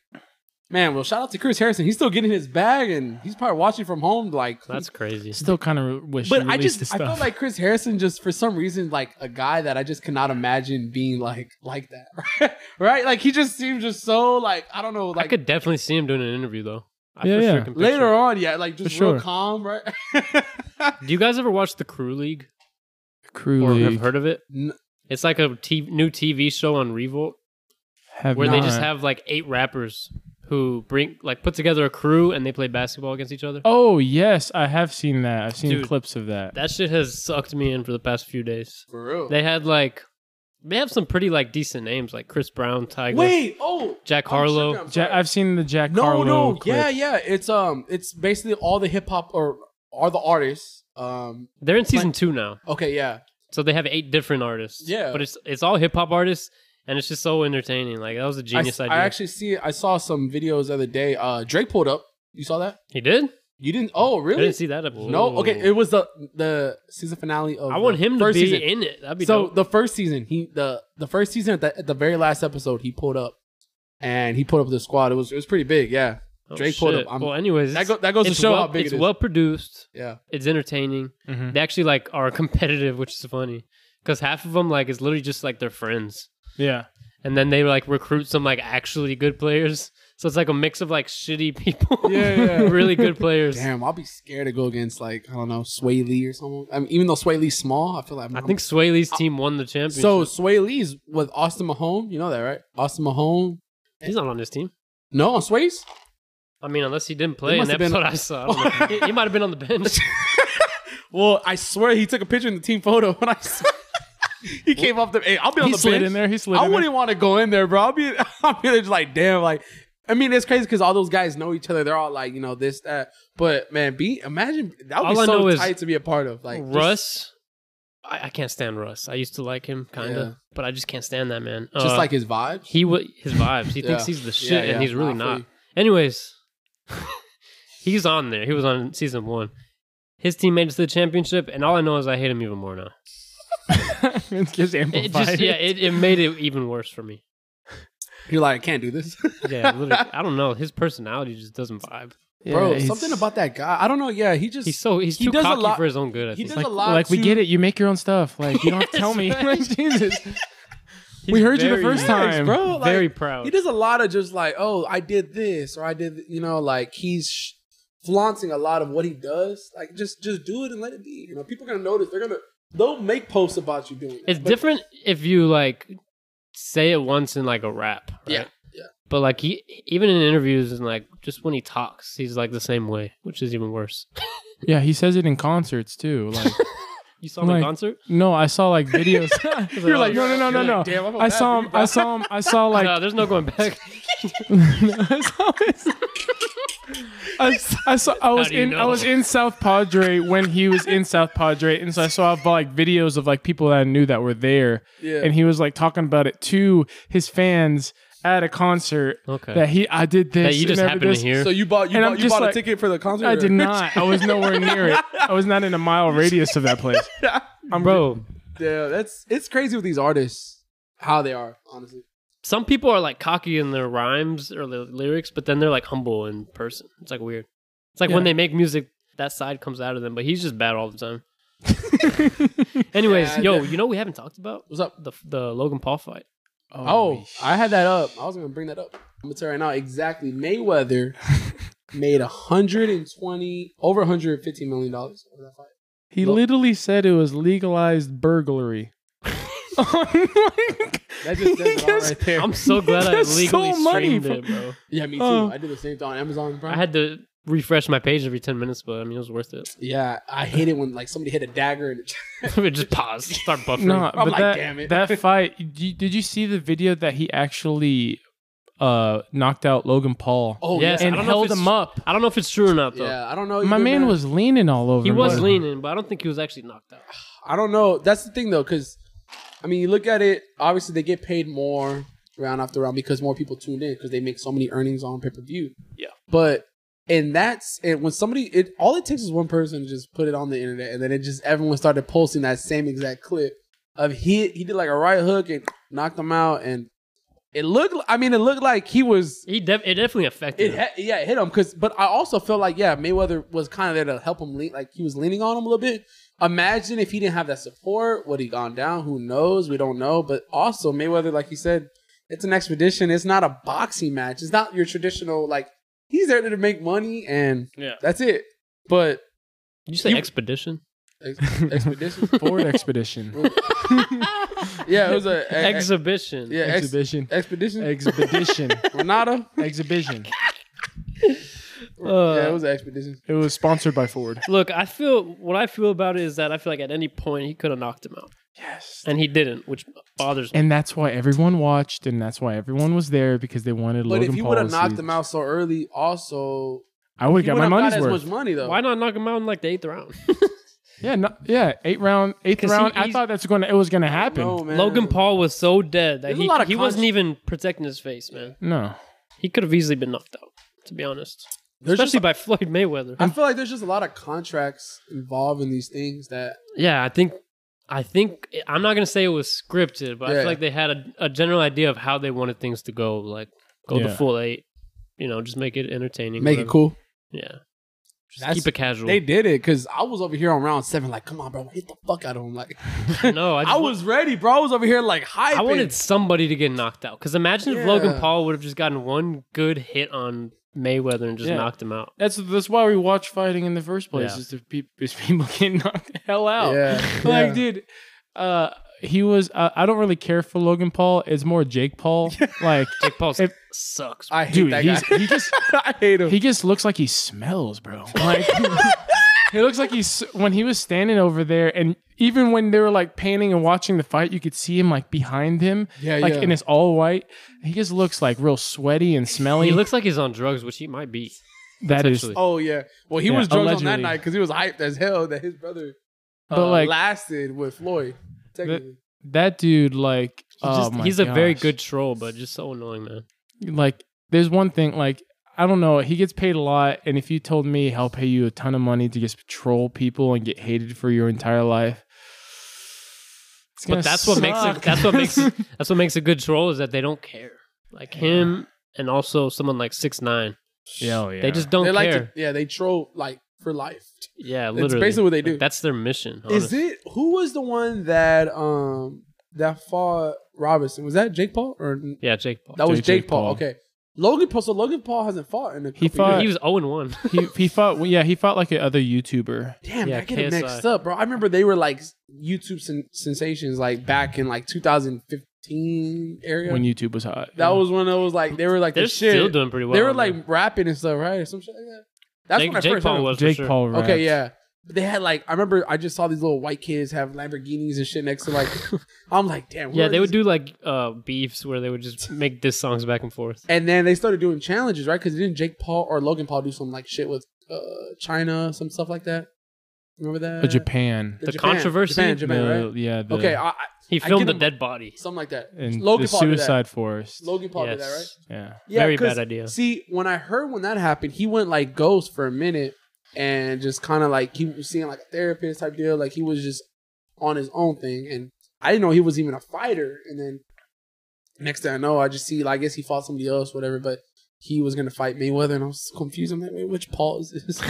S3: man, well, shout out to Chris Harrison. He's still getting his bag, and he's probably watching from home. Like,
S2: That's crazy.
S1: Still kind of wish.
S3: but
S1: you
S3: I
S1: released
S3: just
S1: the
S3: I feel
S1: stuff.
S3: like Chris Harrison just for some reason like a guy that I just cannot imagine being like like [laughs] that, right? Like he just seems just so like I don't know
S2: I
S3: like
S2: could definitely see him doing an interview though. I
S1: Yeah,
S2: for sure
S1: yeah.
S2: can picture
S3: Later
S2: it.
S3: on, yeah, like just
S1: For
S3: real
S1: sure.
S3: calm, right? [laughs]
S2: Do you guys ever watch the Crew League
S1: [laughs] Crew
S2: or have
S1: League.
S2: heard of it?
S3: N-
S2: It's like a t- new TV show on Revolt
S1: Have
S2: where they
S1: not.
S2: just have like eight rappers who bring like put together a crew and they play basketball against each other.
S1: Oh yes, I have seen that. I've seen
S2: Dude.
S1: clips of that.
S2: That shit has sucked me in for the past few days.
S3: For real.
S2: They had like they have some pretty like decent names like Chris Brown, Tiger,
S3: Wait, oh,
S2: Jack
S3: I'm
S2: Harlow.
S3: tripping, I'm
S1: Ja-
S3: sorry.
S1: I've seen the Jack
S3: no,
S1: Harlow.
S3: no,
S1: clip.
S3: yeah, yeah. It's um, it's basically all the hip hop or all the artists. Um,
S2: They're in season two now,
S3: okay, yeah,
S2: so they have eight different artists.
S3: Yeah.
S2: but it's it's all hip hop artists, and it's just so entertaining. Like that was a
S3: I,
S2: genius
S3: s- I
S2: idea.
S3: actually see. I saw some videos the other day. Uh, Drake pulled up. You saw that?
S2: he did.
S3: You didn't? Oh,
S2: I
S3: really?
S2: didn't see that episode.
S3: No. Okay, it was the the season finale of.
S2: I want
S3: the
S2: him to be
S3: first season.
S2: in it. That'd be
S3: so
S2: dope.
S3: the first season, he the the first season at the, at the very last episode, he pulled up, and he pulled up the squad. It was it was pretty big. Yeah,
S2: Oh,
S3: Drake pulled
S2: shit.
S3: up. I'm-
S2: well, anyways,
S3: that go, that goes to
S2: it's
S3: show
S2: well,
S3: how big
S2: it's
S3: it is. Mm-hmm.
S2: well produced.
S3: yeah.
S2: It's entertaining.
S1: Mhm.
S2: They actually like are [laughs] competitive, which is funny because half of them like is literally just like their friends,
S1: yeah.
S2: and then they like recruit some like actually good players. So it's like a mix of like shitty people, [laughs]
S3: Yeah, yeah.
S2: really good players.
S3: Damn, I'll be scared to go against like I don't know Sway Lee or someone. I mean, even though Sway Lee's small, I feel like I'm,
S2: I think Sway Lee's team won the championship.
S3: Uh, so. Sway Lee's with Austin Mahone. You know that, right? Austin Mahone.
S2: he's not on this team.
S3: No, on Sway's.
S2: I mean, unless he didn't play in
S3: must
S2: the
S3: have been-
S2: episode I saw. I don't know.
S3: [laughs]
S2: he, he might have been on the bench.
S3: Well, I swear he took a picture in the team photo when I. Saw he came off the. Hey, I'll be on
S1: He
S3: the
S1: slid
S3: bench.
S1: in there. He slid in [laughs]
S3: I
S1: there.
S3: wouldn't want to go in there, bro. I'll be, [laughs] I'll be just like, damn, like. I mean, it's crazy because all those guys know each other. They're all like, you know, this, that. But man, be imagine that would
S2: All
S3: be
S2: I know
S3: so
S2: is
S3: tight to be a part of. Like just-
S2: Russ, I, I can't stand Russ. I used to like him, kinda,
S3: Yeah.
S2: but I just can't stand that man.
S3: just
S2: Uh,
S3: like his vibe.
S2: he wa his vibes. He
S3: Yeah.
S2: thinks he's the shit,
S3: Yeah, yeah.
S2: and he's really
S3: I feel
S2: not.
S3: you.
S2: Anyways, [laughs] he's on there. He was on season one. His team made it to the championship, and all I know is I hate him even more
S3: [laughs]
S2: now.
S1: it gets amplified.
S2: It
S1: [laughs]
S2: just yeah, it, it made it even worse for me.
S3: You're like, I can't do this. [laughs]
S2: Yeah, literally, I don't know. His personality just doesn't vibe.
S3: bro.
S1: it's-
S3: something about that guy. I don't know. Yeah, he just
S2: He's so he's
S3: He
S2: too
S3: does a
S2: cocky
S3: lot-
S2: for his own good. I
S3: he
S2: think.
S3: does
S1: like,
S3: a lot.
S1: like we
S3: to-
S1: get it. You make your own stuff. Like you don't
S2: [laughs]
S1: have to tell me.
S2: Yes,
S1: Like, [laughs] Jesus,
S2: [laughs]
S1: we heard you the
S2: very-
S1: first
S3: Yes,
S1: time,
S3: bro. Like,
S2: very proud.
S3: He does a lot of just like, oh, I did this or I did, th- you know, like he's sh- flaunting a lot of what he does. Like just, just do it and let it be. You know, people are gonna notice. They're gonna they'll make posts about you doing. it.
S2: It's
S3: But-
S2: different if you like say it once in like a rap. right?
S3: Yeah, yeah.
S2: But like he even in interviews and like just when he talks, he's like the same way, which is even worse.
S1: Yeah, he says it in concerts too.
S2: [laughs]
S1: Like,
S2: You saw him in
S1: Like-
S2: concert?
S1: no, I saw like videos. [laughs]
S2: [laughs] You're like,
S1: no, no, no,
S2: you're
S1: no,
S2: like,
S1: no.
S3: damn, I'm a
S1: I
S3: bad
S1: saw
S3: dude,
S1: him.
S3: bro.
S1: I saw him. I saw
S2: [laughs]
S1: like.
S2: no, there's no going
S3: [laughs]
S2: back.
S1: I saw his- I, I saw. I was
S2: do you
S1: in. I
S2: know?
S1: was in South Padre when he was in South Padre, and so I saw like videos of like people that I knew that were there,
S3: Yeah.
S1: and he was like talking about it to his fans at a concert.
S2: Okay.
S1: That he, I did this.
S2: That you just
S1: and I did
S2: happened to
S1: this.
S2: hear.
S3: So you bought you
S1: And I'm
S3: bought, you
S1: just
S3: bought
S1: like-
S3: a ticket for the concert?
S1: I did
S3: or-
S1: not. I was nowhere near it. I was not in a [laughs] mile radius of that place.
S2: I'm bro.
S3: Yeah, that's it's crazy with these artists how they are. Honestly,
S2: Some people are like cocky in their rhymes or their lyrics, but then they're like humble in person. It's like weird. It's like when they make music, that side comes out of them, but he's just bad all the time. Anyways,
S3: [laughs] Yeah,
S2: yo,
S3: yeah.
S2: you know what we haven't talked about
S3: what's up?
S2: the the Logan Paul
S3: [laughs]
S2: fight.
S3: Oh, I had that up. I was gonna bring that up. I'm gonna tell you right now
S1: [laughs]
S3: exactly. Mayweather made 120 over 150 million dollars over that fight.
S1: He literally said it was legalized [laughs] burglary.
S3: That just says it all
S1: Yes.
S3: right [laughs] there.
S2: I'm so glad I
S1: That's so
S2: legally
S1: money
S2: streamed
S1: from-
S2: it, bro.
S3: yeah, me too.
S1: Oh.
S3: I did the same thing on Amazon. Bro.
S2: I had to refresh my page every 10 minutes, but I mean, it was worth it. [laughs]
S3: yeah, I hate it when like somebody hit a dagger and [laughs]
S2: We just
S1: [laughs]
S2: pause, start buffering.
S1: No, but
S3: like,
S1: that,
S3: "Damn it." [laughs]
S1: that fight. Did you, did you see the video that he actually uh, knocked out Logan Paul
S3: oh
S2: Yes,
S3: yeah,
S2: I
S1: and
S2: don't know if
S1: held
S2: it's-
S1: him up?
S2: I don't know if it's true or not, though.
S3: yeah. I don't know.
S1: My
S3: either,
S1: man was leaning all over.
S2: He was
S1: him. [laughs]
S2: leaning, but I don't think he was actually knocked out.
S3: I don't know. That's the thing though, because I mean, you look at it. Obviously, they get paid more round after round because more people tuned in because they make so many earnings on pay per view.
S2: Yeah.
S3: But and that's and when somebody it all it takes is one person to just put it on the internet and then it just everyone started posting that same exact clip of he he did like a right hook and knocked him out and it looked I mean it looked like he was
S2: He def- it definitely affected
S3: it
S2: him.
S3: ha- yeah, it hit him because, but I also felt like yeah, Mayweather was kind of there to help him lean, like he was leaning on him a little bit. Imagine if he didn't have that support, would he gone down? Who knows? We don't know. But also Mayweather, like he said, it's an expedition. It's not a boxing match. It's not your traditional like he's there to make money, and
S1: Yeah.
S3: that's it. But
S2: Did you say
S1: You-
S3: [laughs]
S2: expedition?
S3: ex-
S1: [laughs]
S3: expedition,
S1: Forward expedition.
S3: [laughs] yeah, it was a, a- a-
S2: Exhibition.
S3: yeah ex-
S1: Exhibition.
S3: expedition. [laughs]
S1: Expedition.
S3: Renata.
S1: Exhibition.
S2: Uh,
S3: yeah, it was an expedition.
S1: It was sponsored by Ford.
S2: Look, I feel what I feel about it is that I feel like at any point he could have knocked him out,
S1: Yes.
S2: and he didn't, which bothers me.
S1: And that's why everyone watched, and that's why everyone was there because they wanted
S3: But
S1: Logan
S3: if you
S1: Paul.
S3: would
S1: to
S3: have knocked
S1: see-
S3: him out so early, also
S1: I would
S3: he
S1: have got my
S3: wouldn't have
S1: money's
S3: got as
S1: worth.
S3: much money though.
S2: Why not knock him out in like the eighth round?
S1: Yeah, no, yeah, eight round, eighth
S2: 'Cause he-
S1: round. I
S2: he's-
S1: thought that's gonna it was gonna happen.
S3: No, man.
S2: Logan Paul was so dead that
S3: There's a
S2: he,
S3: lot of
S2: he
S3: cons-
S2: wasn't even protecting his face, man.
S1: No.
S2: He could have easily been knocked out, to be honest.
S3: There's
S2: Especially
S3: just-
S2: by [laughs] Floyd Mayweather.
S3: I feel like there's just a lot of contracts involved in these things that
S2: yeah, I think I think I'm not gonna say it was scripted, but I
S3: Yeah.
S2: feel like they had a, a general idea of how they wanted things to go. Like go the
S1: Yeah.
S2: full eight, you know, just make it entertaining.
S3: make it
S2: whatever.
S3: cool.
S2: Yeah, just
S3: That's-
S2: keep it casual.
S3: They did it because I was over here on round seven, like, come on, bro, hit the fuck out of him. Like,
S2: no, I,
S3: I
S2: just,
S3: was ready, bro. I was over here like hyping.
S2: I wanted somebody to get knocked out because imagine if Logan
S3: Yeah.
S2: Paul would have just gotten one good hit on Mayweather and just
S1: Yeah.
S2: knocked him out.
S1: That's that's why we watch fighting in the first place
S2: Yeah.
S1: is to peop is people [laughs] getting knocked the hell out.
S3: Yeah,
S1: [laughs] like
S3: yeah.
S1: dude, uh, he was. Uh, I don't really care for Logan Paul. It's more Jake
S3: [laughs]
S1: Paul. like,
S2: Jake Paul
S1: If-
S2: sucks.
S3: I hate
S1: dude,
S3: that
S1: he's,
S3: guy. [laughs]
S1: he just
S3: I hate him.
S1: he just looks like he smells, bro. Like, [laughs] he looks like he's when he was standing over there, and even when they were like panning and watching the fight, you could see him like behind him.
S3: Yeah,
S1: like,
S3: yeah.
S1: and it's all white. He just looks like real sweaty and smelly.
S2: He looks like he's on drugs, which he might be.
S1: that is,
S2: essentially.
S3: oh yeah. Well, he
S1: Yeah,
S3: was drunk on that
S1: allegedly.
S3: night because he was hyped as hell that his brother
S1: but
S3: uh,
S1: like
S3: lasted with Floyd. Technically,
S1: that dude, like,
S2: He
S1: oh
S2: just-
S1: my
S2: he's a very
S1: gosh.
S2: good troll, but just so annoying, man.
S1: like there's one thing like I don't know. He gets paid a lot, and if you told me I'll pay you a ton of money to just troll people and get hated for your entire life, it's gonna
S2: But that's what makes it.
S1: suck.
S2: That's
S1: [laughs]
S2: what makes. that's what makes a good troll is that they don't care. Like him, and also someone like six nine.
S1: yeah, oh, yeah.
S2: They just don't
S3: they like
S2: care.
S3: to, yeah, they troll like for life.
S2: yeah,
S3: That's
S2: literally.
S3: basically what they do.
S2: Like, that's their mission.
S3: Is it who was the one that um that fought Robinson? Was that Jake Paul or
S2: Yeah, Jake Paul.
S3: that was
S1: Jake
S3: Jake, Paul.
S1: Paul.
S3: Okay, Logan Paul. So Logan Paul hasn't fought in a
S1: He
S3: couple
S1: fought-
S2: he was
S3: years.
S2: zero and
S3: [laughs]
S2: one. [laughs]
S1: he, he fought. well, Yeah, he fought like a other YouTuber.
S3: Damn,
S2: Yeah,
S3: I get it
S2: KSI.
S3: mixed up, bro. I remember they were like YouTube sen- sensations, like back in like 2015 area.
S1: When YouTube was hot,
S3: that was when it was like they were like
S2: They're
S3: the shit.
S2: still doing pretty well.
S3: they were
S2: man.
S3: like rapping and stuff, right, or some shit like that. That's
S2: Jake,
S3: when I
S2: Jake
S3: first heard
S2: Paul
S3: him.
S2: was for
S1: Jake
S2: sure.
S1: Paul. Rapped.
S3: Okay, yeah. But they had like I remember I just saw these little white kids have Lamborghinis and shit next
S2: [laughs]
S3: to like I'm like damn
S2: Yeah,
S3: where
S2: they
S3: is
S2: would do like uh beefs where they would
S3: [laughs]
S2: just make diss songs back and forth.
S3: And then they started doing challenges, right? Because didn't Jake Paul or Logan Paul do some like shit with uh, China, some stuff like that? Remember that?
S1: Uh, Japan.
S2: The controversy?
S3: Japan, Japan,
S1: The-
S3: right?
S1: Yeah. The,
S3: Okay, I, I,
S2: He
S3: get
S2: filmed a
S3: him-
S2: dead body.
S3: something like that.
S1: And
S3: Logan
S1: the
S3: Paul
S1: Suicide
S3: did
S1: Forest.
S3: that. Logan Paul did that,
S2: Yes.
S3: right?
S1: Yeah.
S2: Very
S3: 'cause,
S2: bad idea.
S3: See, when I heard when that happened, he went like ghost for a minute and just kind of like he was seeing like a therapist type deal. Like he was just on his own thing, and I didn't know he was even a fighter. And then next thing I know, I just see like, I guess he fought somebody else, whatever. But he was gonna fight Mayweather, and I was confused. I'm like, wait, which Paul is this?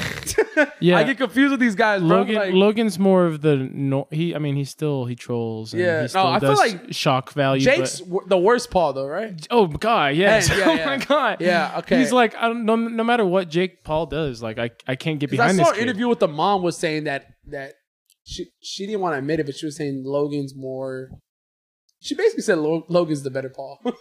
S3: [laughs]
S1: Yeah.
S3: I get confused with these guys, bro.
S1: Logan
S3: like,
S1: Logan's more of the no, he I mean he still he trolls and
S3: Yeah,
S1: he
S3: no,
S1: still
S3: I feel
S1: does
S3: like
S1: shock value but-
S3: Jake's w the worst Paul, though, right?
S1: oh god yes
S3: Yeah, yeah,
S1: [laughs] oh
S3: yeah.
S1: my god
S3: Yeah, okay.
S1: he's like I don't, no, no matter what Jake Paul does like I I can't get
S3: 'Cause I
S1: behind
S3: saw
S1: this
S3: an
S1: kid.
S3: interview with the mom was saying that that she she didn't want to admit it, but she was saying Logan's more. She basically said Lo- Logan's the better Paul. [laughs]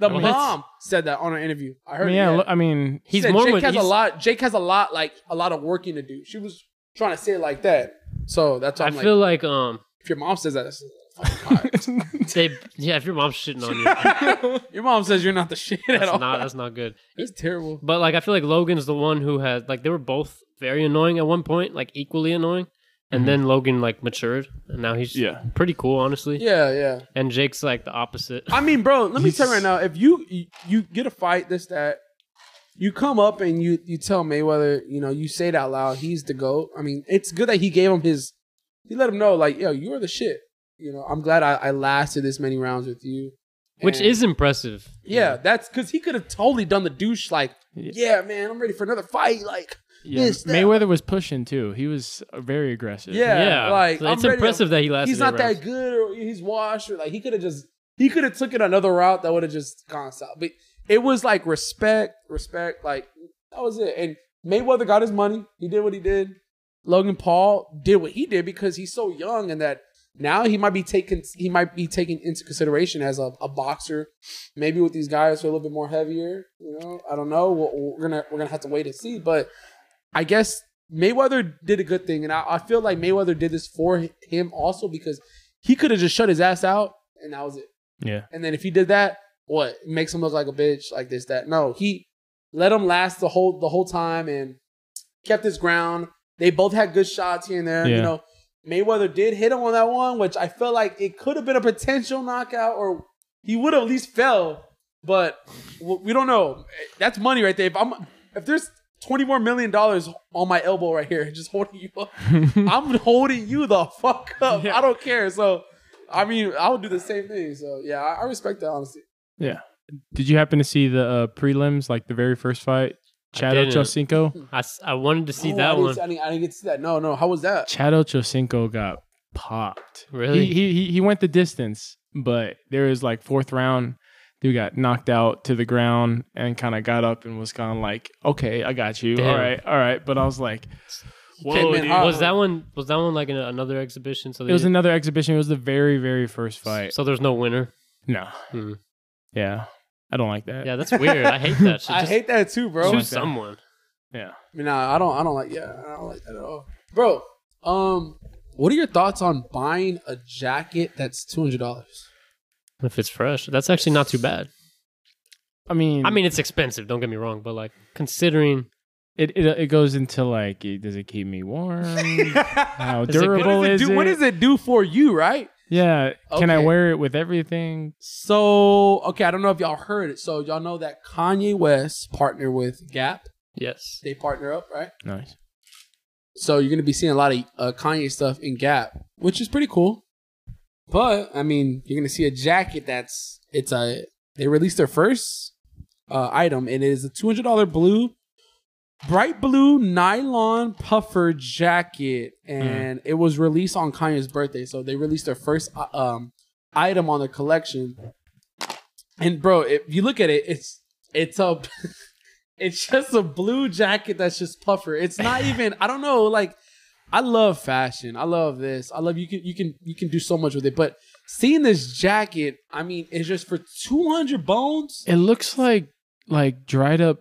S3: the
S2: What?
S3: mom said that on an interview. I
S1: I
S3: heard.
S1: mean,
S3: it,
S1: yeah,
S3: yeah.
S1: lo- I mean [laughs]
S3: She
S2: He's
S3: said
S2: more
S3: Jake
S2: with
S3: has
S2: he's-
S3: a lot. Jake has a lot, like a lot of working to do. She was trying to say it like that. So that's why
S2: I
S3: I'm like,
S2: feel like um
S3: if your mom says that, that's fucking hot.
S2: they yeah if your mom's
S3: [laughs]
S2: shitting on you [laughs]
S3: your mom says you're not the shit at all.
S2: that's not that's not good.
S3: It's terrible.
S2: But like I feel like Logan's the one who had like they were both very annoying at one point, like equally annoying. And
S3: Mm-hmm.
S2: then Logan like matured, and now he's
S1: Yeah.
S2: pretty cool, honestly.
S3: Yeah, yeah.
S2: And Jake's like the opposite.
S3: I mean, bro, let me
S1: He's-
S3: tell you right now. If you you- you get a fight, this that, you come up and you you tell Mayweather, you know, you say it out loud. He's the goat. I mean, it's good that he gave him his. He let him know, like, yo, you're the shit. You know, I'm glad I, I lasted this many rounds with you.
S2: Which
S3: And-
S2: is impressive.
S3: yeah, that's because he could have totally done the douche, like,
S1: Yeah.
S3: yeah, man, I'm ready for another fight, like,
S1: yeah,
S3: Yes, that-
S1: Mayweather was pushing too he was uh, very aggressive
S3: yeah,
S2: Yeah.
S3: like,
S2: So
S3: I'm
S2: it's
S3: ready to-
S2: impressive that he lasted.
S3: he's not that good or he's washed or like he could have just he could have took it another route that would have just gone south. But it was like respect, respect. Like That was it. And Mayweather got his money. He did what he did. Logan Paul did what he did because he's so young and that now he might be taken he might be taken into consideration as a, a boxer. Maybe with these guys who are a little bit more heavier, you know. I don't know. We're, we're gonna we're gonna have to wait and see. But I guess Mayweather did a good thing, and I, I feel like Mayweather did this for him also because he could have just shut his ass out and that was it.
S2: [laughs]
S1: Yeah.
S3: And then if he did that, what It makes him look like a bitch, like this, that? No, he let him last the whole the whole time and kept his ground. They both had good shots here and there. You
S1: Yeah.
S3: know, Mayweather did hit him on that one, which I felt like it could have been a potential knockout, or he would have at least fell. But w- we don't know. That's money right there. If I'm if there's twenty more million dollars on my elbow right here, [laughs] just holding you up, I'm holding you the fuck up. I don't care. So. I mean, I would do the same thing. So yeah, I, I respect that honestly.
S1: Yeah. Did you happen to see the uh, prelims, like the very first fight?
S2: I
S1: Chad
S2: didn't.
S1: Ochocinco?
S2: I, s- I wanted to see
S3: Oh, I
S2: that
S3: didn't
S2: one.
S3: see- I didn't, I didn't get to see that. No, no. How was that?
S1: Chad Ochocinco got popped.
S2: Really?
S1: He, he, he, he went the distance, but there was like fourth round. Dude got knocked out to the ground and kind of got up and was kind of like, okay, I got you.
S2: Damn.
S1: All right. All right. But I was like,
S2: Came
S1: whoa,
S2: in
S1: dude.
S3: hot.
S2: was that one? Was that one like in a, another exhibition? So
S1: It was
S2: they-
S1: another exhibition. It was the very, very first
S2: [laughs]
S1: fight.
S2: So there's no
S3: [laughs]
S2: winner.
S1: No.
S2: Hmm.
S1: Yeah. I don't like that.
S2: Yeah, that's weird. I hate
S3: [laughs]
S2: that. Shit.
S3: I
S2: Just
S3: hate that too, bro.
S2: Choose
S1: like that.
S2: someone.
S1: Yeah.
S3: I mean, nah, I don't. I don't like. Yeah, I don't like that at all, bro. Um, what are your thoughts on buying a jacket that's two hundred dollars?
S2: If it's fresh, that's actually not too bad.
S1: I mean,
S2: I mean, it's expensive. Don't get me wrong, but like considering
S1: it, it, it goes into like, it- does it keep me
S2: [laughs]
S1: warm? How
S2: Is it good?
S1: durable
S3: what, does
S1: is
S3: it
S1: it?
S3: do, what does it do for you, right?
S1: Yeah. Can I
S3: Okay.
S1: wear it with everything?
S3: So, okay, I don't know if y'all heard it. So, y'all know that Kanye West partnered with Gap.
S2: yes,
S3: They partner up, right?
S1: Nice.
S3: So you're gonna be seeing a lot of uh, Kanye stuff in Gap, which is pretty cool. But I mean, you're gonna see a jacket that's it's a they released their first uh, item, and it is a two hundred dollar blue, bright blue nylon puffer jacket, and it was released on Kanye's birthday. So they released their first uh, um, item on their collection. And bro, if you look at it, it's it's a it's just a blue jacket that's just puffer.
S1: [laughs]
S3: It's not even I don't know, like I love fashion. I love this. I love you can you can you can do so much with it. But seeing this jacket, I mean, it's just for 200 bones.
S1: It looks like like dried up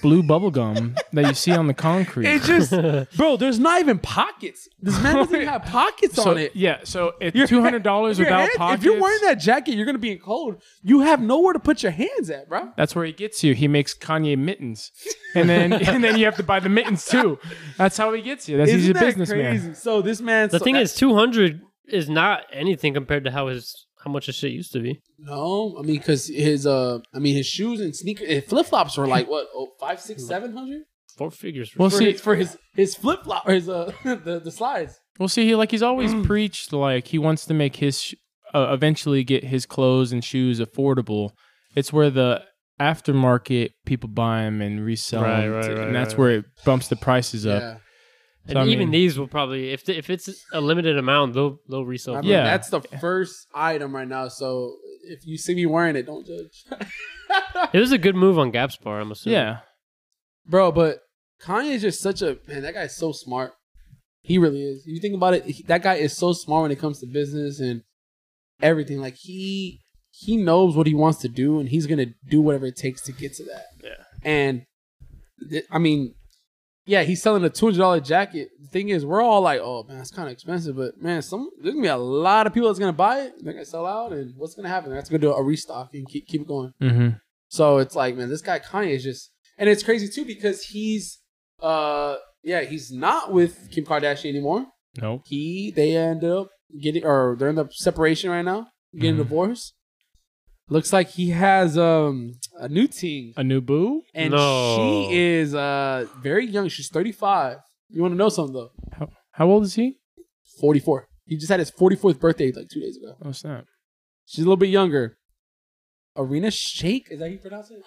S1: blue bubble
S3: [laughs]
S1: gum that you see on the concrete.
S3: It just
S1: [laughs]
S3: Bro, there's not even pockets. This man doesn't even have pockets
S1: so,
S3: on it.
S1: Yeah, so
S3: Your
S1: it's two hundred dollars
S3: Your
S1: without
S3: hands-
S1: pockets.
S3: If you're wearing that jacket, you're gonna be in cold. You have nowhere to put your hands at, bro.
S1: that's where he gets you. He makes Kanye mittens, and then [laughs] and then you have to buy the mittens too. That's how he gets you. That's he's
S3: Isn't
S1: a
S3: that
S1: businessman.
S3: crazy? So this man.
S2: the
S3: so
S2: thing
S3: that-
S2: is, two hundred is not anything compared to how his how much his shit used to be.
S3: No, I mean because his uh, I mean his shoes and sneakers, and flip flops were like what, oh, five, six, seven hundred
S2: Four figures.
S1: Well,
S3: for
S1: see,
S3: his for his his flip flop or his uh [laughs] the, the slides.
S1: Well, see, he like he's always preached like he wants to make his sh- uh, eventually get his clothes and shoes affordable. It's where the aftermarket people buy them and resell
S2: Right,
S1: 'em,
S2: right,
S1: and
S2: right,
S1: that's
S2: right.
S1: where it bumps the prices up.
S3: Yeah,
S2: and
S1: I mean-
S2: even these will probably if the, if it's a limited amount, they'll they'll
S3: I
S2: resell.
S3: mean,
S2: them.
S1: Yeah.
S3: that's the first item right now. So if you see me wearing it, don't judge,
S2: it was a good move on Gap's part. I'm assuming.
S1: Yeah,
S3: bro. But Kanye is just such a man. That guy's so smart. He really is. If you think about it, he- that guy is so smart when it comes to business and everything. Like he he knows what he wants to do, and he's gonna do whatever it takes to get to that.
S1: Yeah.
S3: And th- I mean, yeah, he's selling a two hundred dollar jacket. The thing is, we're all like, oh man, that's kind of expensive, but man, some there's gonna be a lot of people that's gonna buy it. They're gonna sell out, and what's gonna happen? That's gonna do a restock and keep keep going.
S1: Mm-hmm.
S3: So it's like, man, this guy Kanye is just, and it's crazy too because he's, uh, yeah, he's not with Kim Kardashian anymore.
S1: Nope.
S3: He they ended up getting, or they're in the separation right now, getting
S1: Mhm.
S3: divorced. Looks like he has um a new team,
S1: A new boo?
S3: and
S2: No.
S3: she is uh very young. She's thirty five. You want to know something though?
S1: How old is he?
S3: Forty four. He just had his forty fourth birthday like two days ago.
S1: Oh snap!
S3: She's a little bit younger. Arena Shake is that how you pronounce it?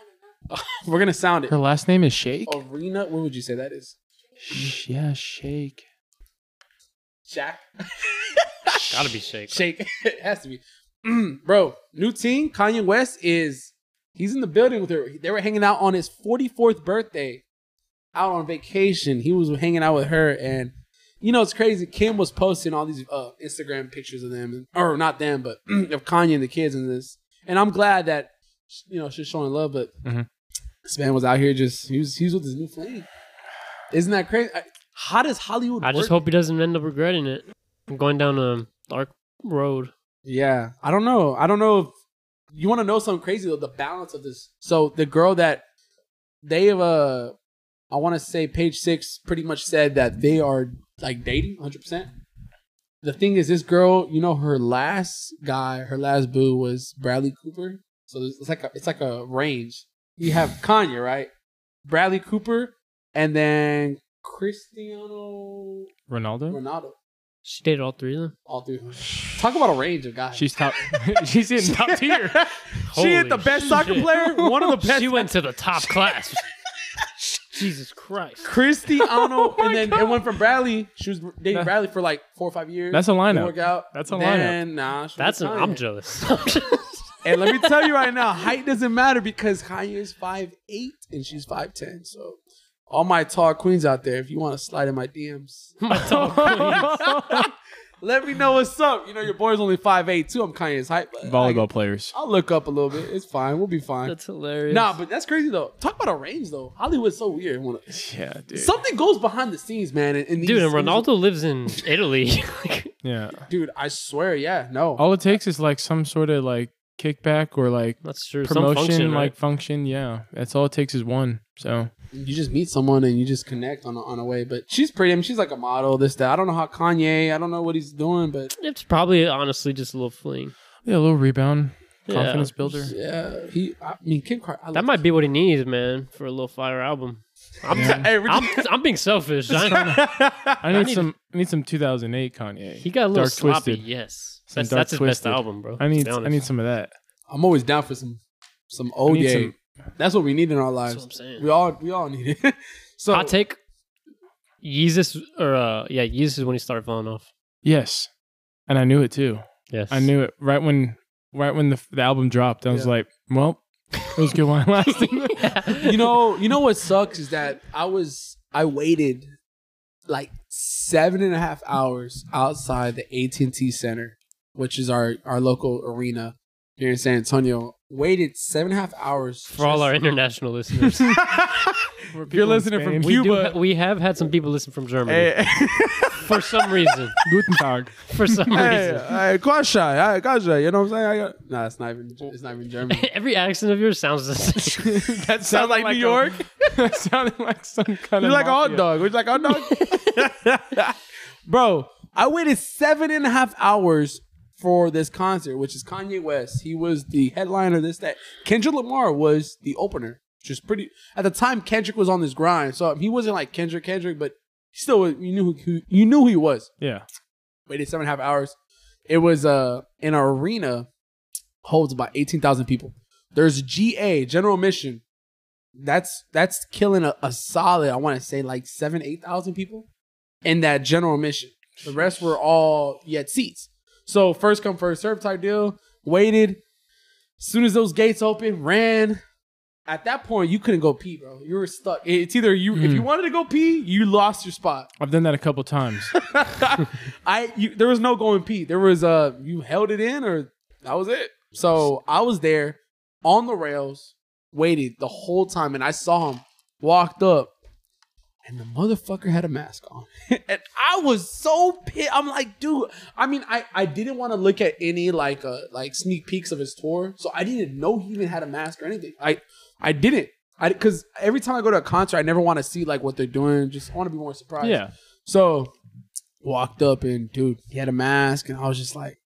S3: [laughs] We're gonna sound it.
S1: Her last name is Shake.
S3: Arena, what would you say that is?
S1: Sh- yeah, Shake.
S3: Shaq?
S2: gotta be shake.
S3: [laughs] Shake. it has to be. Mm, bro, new team, Kanye West is he's in the building with her. They were hanging out on his 44th birthday. out on vacation. He was hanging out with her, and you know it's crazy. Kim was posting all these uh, Instagram pictures of them, or not them, but [clears throat] of Kanye and the kids and this. And I'm glad that you know she's showing love, but
S2: Mm-hmm.
S1: Mhm.
S3: this man was out here just he was he was with his new flame. Isn't that crazy? I- How does Hollywood?
S2: I just
S3: work?
S2: hope he doesn't end up regretting it. I'm going down a dark road.
S3: Yeah, I don't know. I don't know if you want to know something crazy though. The balance of this. So the girl that they have, uh, I want to say page six pretty much said that they are like dating 100. percent The thing is, this girl, you know, her last guy, her last boo was Bradley Cooper. So there's- it's like a, it's like a range. You have Kanye, right? Bradley Cooper, and then Cristiano
S1: Ronaldo.
S3: Ronaldo.
S2: She dated all three of them.
S3: All three. Talk about a range of guys.
S1: She's top. [laughs] she's in [laughs] top tier.
S2: Holy
S1: she hit the best soccer [laughs]
S2: shit.
S1: player. [laughs] One of the best.
S2: She went to the top
S1: [laughs]
S2: class. Jesus Christ.
S3: Cristiano,
S1: Oh my
S3: and then it
S1: God.
S3: went from Bradley. She was dating
S1: That-
S3: Bradley for like four or five years.
S1: That's a
S3: Didn't
S1: lineup.
S3: Work out.
S1: That's a
S3: then, lineup. Nah, she
S2: That's an,
S3: was
S2: I'm
S3: Kanye. [laughs]
S2: jealous. [laughs]
S3: And let me tell
S1: [laughs]
S3: you right now, height doesn't matter because Kanye is five eight and she's five ten. So, all my tall queens out there, if you want to slide in
S1: [laughs]
S3: my DMs,
S2: My top queen.
S3: let me know what's up. You know your boy's only five eight too. I'm Kanye's height. but
S1: Volleyball players.
S3: I, will look up a little bit. It's fine. We'll be fine.
S2: That's hilarious.
S3: Nah, but that's crazy though. Talk about a range though. Hollywood's so weird. When-
S1: Yeah, dude.
S3: Something goes behind the scenes, man. in- in these-
S2: dude, and
S3: in these-
S2: Ronaldo lives in Italy. [laughs] Like,
S1: yeah.
S3: Dude, I swear, yeah, no.
S2: Oh.
S1: All it takes is like some sort of like kickback or like
S2: that's true.
S1: promotion,
S2: Some function,
S1: like
S2: like
S1: function. Yeah, that's all it takes is one. So
S3: You just meet someone and you just connect on a, on a way. But she's pretty. I mean, she's like a model. This that. I don't know how Kanye. I don't know what he's doing, but
S2: it's probably honestly just a little fling.
S1: yeah, a little rebound,
S2: Yeah.
S1: confidence builder.
S3: yeah, he. I mean, Kim Car. I
S2: That might be what he needs, man, for a little fire album. I'm,
S3: Hey,
S2: [laughs]
S3: we're
S2: I'm,
S3: just-
S2: I'm being selfish. I don't know. [laughs]
S1: I need, some. I need some 2008 Kanye.
S2: He got a little
S1: Dark
S2: sloppy.
S1: Twisted.
S2: Yes,
S1: Some
S2: that's,
S1: Dark
S2: that's his
S1: Twisted.
S2: best album, bro.
S1: I need.
S2: to be
S1: I
S2: honest.
S1: need some of that.
S3: I'm always down for some some old
S1: need
S3: yay.
S1: some-
S3: That's what we need in our
S2: That's
S3: lives.
S2: what I'm saying.
S3: We all we all need it. [laughs] so
S2: Hot take. Yeezus or uh, yeah, Yeezus is when he started falling off.
S1: Yes, and I knew it too.
S2: Yes,
S1: I knew [laughs] it right when, right when the, the album dropped. I was
S3: Yeah.
S1: like, well, it was good while it
S2: [laughs]
S1: lasted.
S3: you know, you know what sucks is that I was I waited like seven and a half hours outside the AT and T Center, which is our our local arena here in San Antonio. Waited seven and a half
S2: [laughs]
S3: hours
S2: for all our international
S1: [laughs]
S2: listeners,
S1: If you're listening from
S2: we, do,
S1: Cuba, [laughs]
S2: ha- we have had some people listen from Germany for some reason.
S1: Guten Tag.
S2: For some reason, [laughs]
S3: hey, Kwasha, hey, Kwasha, you know what I'm saying? I got, nah, it's not even, it's not even
S2: [laughs]
S3: German.
S2: every accent of yours
S1: [laughs]
S2: sounds the same.
S1: that
S3: sounded like New York.
S1: [laughs] that sounded like some kind
S3: You
S1: of.
S3: like "Oh, a hot
S1: mafia.
S3: dog? Would you like a hot dog? [laughs] Bro, I waited seven and a half hours for this concert, which is Kanye West. He was the headliner. This that Kendrick Lamar was the opener, which is pretty. At the time, Kendrick was on this grind, so he wasn't like Kendrick Kendrick, but he still was- you knew who, who you knew who he was.
S1: Yeah.
S3: Waited seven and a half hours. It was uh an arena holds about eighteen thousand people. There's GA general admission that's that's killing a, a solid i want to say like seven eight thousand people in that general mission the rest were all yet seats so first come first serve type deal waited soon as those gates open ran at that point you couldn't go pee bro you were stuck it's either you if you wanted to go pee you lost your spot
S1: I've done that a couple times.
S3: [laughs] I you, there was no going pee. There was uh you held it in or that was it. So I was there on the rails, waited the whole time, and I saw him walked up, and the motherfucker had a mask on, [laughs] and I was so pissed. I'm like, dude. I mean, I I didn't want to look at any like uh like sneak peeks of his tour, so I didn't know he even had a mask or anything. I I didn't. I, cause every time I go to a concert, I never want to see like what they're doing. Just I want to be more surprised.
S1: yeah.
S3: So walked up and dude, he had a mask, and I was just like,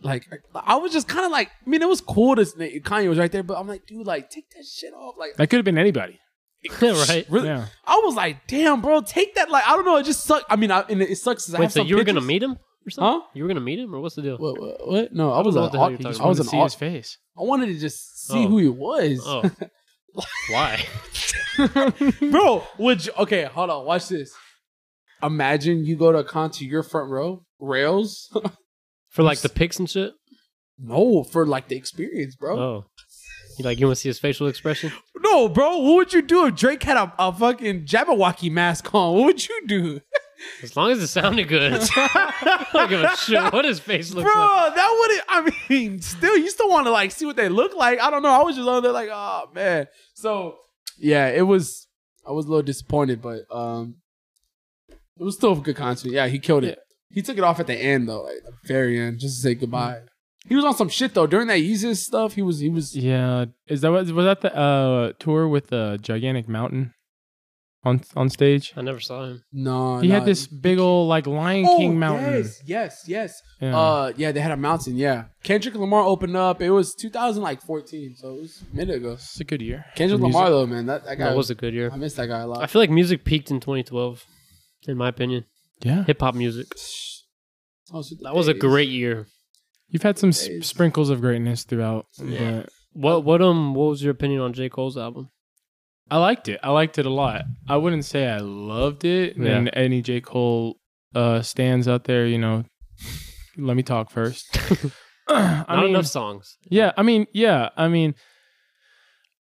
S3: like I was just kind of like, I mean, it was cool to Kanye was right there, but I'm like, dude, like take that shit off, like
S1: That could have been anybody.
S3: [laughs]
S2: right?
S3: really.
S1: Yeah.
S3: I was like, damn, bro, take that. Like I don't know, it just sucked. I mean, I, and it sucks. 'cause I
S2: Wait,
S3: have
S2: so
S3: some
S2: you were gonna
S3: pictures.
S2: meet him or something?
S3: Huh?
S2: You were gonna meet him, or what's the deal?
S3: What, what, what? No, I
S2: don't
S3: was.
S2: know
S3: an
S2: what the hell
S3: au-
S2: you're talking
S3: I was
S1: to
S3: an.
S1: see
S3: au-
S1: his face.
S3: I wanted to just see
S2: Oh.
S3: who he was,
S2: Oh, [laughs] why?
S3: [laughs] bro. Would you? Okay, hold on. Watch this. Imagine you go to a concert, your front row rails. [laughs]
S2: For like the pics and shit.
S3: no, for like the experience, bro.
S2: Oh, You like you want to see his facial expression?
S3: No, bro. What would you do if Drake had a, a fucking Jabberwocky mask on? What would you do,
S2: As long as it sounded
S3: [laughs]
S2: good, [laughs] I don't give a shit what his face looks
S3: bro?
S2: like.
S3: That wouldn't. I mean, [laughs] still, you still want to like see what they look like. I don't know. I was just on there like, oh man. So yeah, it was. I was a little disappointed, but um, it was still a good concert. Yeah, he killed it. He took it off at the end though, like the very end, just to say goodbye.
S1: Mm-hmm.
S3: He was on some shit though during that Yeezus stuff. He was. He was.
S1: Yeah, is that what was that the uh, tour with the gigantic mountain on on stage?
S2: I never saw him.
S3: No,
S1: He
S3: no.
S1: had this big old like Lion
S3: Oh,
S1: King mountain.
S3: Yes, yes, yes.
S1: Yeah.
S3: Uh, yeah, they had a mountain. Yeah, Kendrick Lamar opened up. It was 2014, so it was a minute ago.
S1: it's a good year.
S3: Kendrick
S1: for music.
S3: Lamar though, man, that, that guy
S2: That was a good year.
S3: I missed that guy a
S2: I
S3: lot.
S2: feel like music peaked in 2012, in my opinion.
S1: Yeah,
S2: Hip hop music.
S3: Oh,
S2: That was a great year.
S1: you've had some s-
S3: Days.
S1: sprinkles of greatness throughout.
S2: Yeah.
S1: but
S2: What what um what was your opinion on J Cole's album?
S1: I liked it. I liked it a lot. I wouldn't say I loved it.
S2: Yeah.
S1: And any J Cole uh, stands out there, you know, let me talk [laughs] first. I
S2: Not
S1: mean,
S2: enough songs.
S1: Yeah, I mean, yeah, I mean,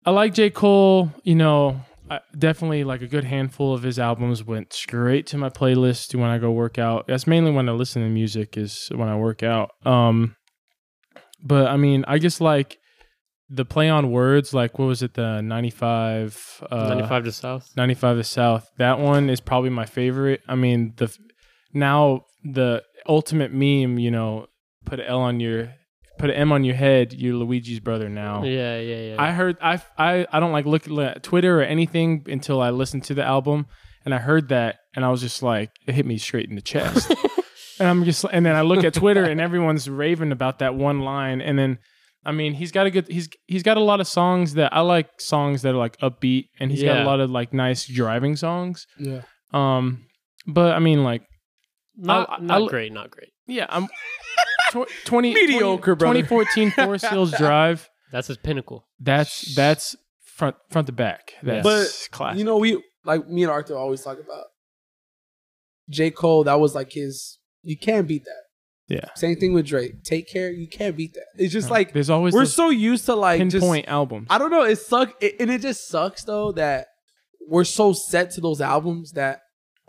S1: I like J. Cole. You know, I, definitely like a good handful of his albums went straight to my playlist when I go work out. That's mainly when I listen to music is when I work out. Um, but I mean, I just like the play on words. Like, what was it? The ninety-five. Uh,
S2: 95 to South.
S1: 95 is south that one is probably my favorite i mean the f- now the ultimate meme you know put an l on your put an m on your head you're luigi's brother now
S2: Yeah, yeah, yeah.
S1: i heard I, I i don't like looking at twitter or anything until i listened to the album and i heard that and i was just like it hit me straight in the chest and i'm just and then i look at twitter and everyone's raving about that one line and then I mean, he's got a good he's he's got a lot of songs that I like songs that are like upbeat and he's got
S2: Yeah.
S1: a lot of like nice driving songs.
S3: Yeah.
S1: Um but I mean like
S2: not
S1: I- I-
S2: not
S1: I-
S2: great, not great.
S1: yeah, I'm tw- 20
S3: Mediocre,
S1: 20
S3: brother. [laughs]
S1: 2014 Four Seals Drive.
S2: That's his pinnacle.
S1: That's that's front front to back. That's
S3: But,
S1: classic.
S3: You know, we like me and Arthur always talk about J Cole. That was like his. You can't beat that.
S1: Yeah.
S3: Same thing with Drake. Take care. You can't beat that. It's just like
S1: there's always
S3: we're
S1: those
S3: so used to like just-
S1: pinpoint albums.
S3: I don't know. It sucks, it, and it just sucks though that we're so set to those albums that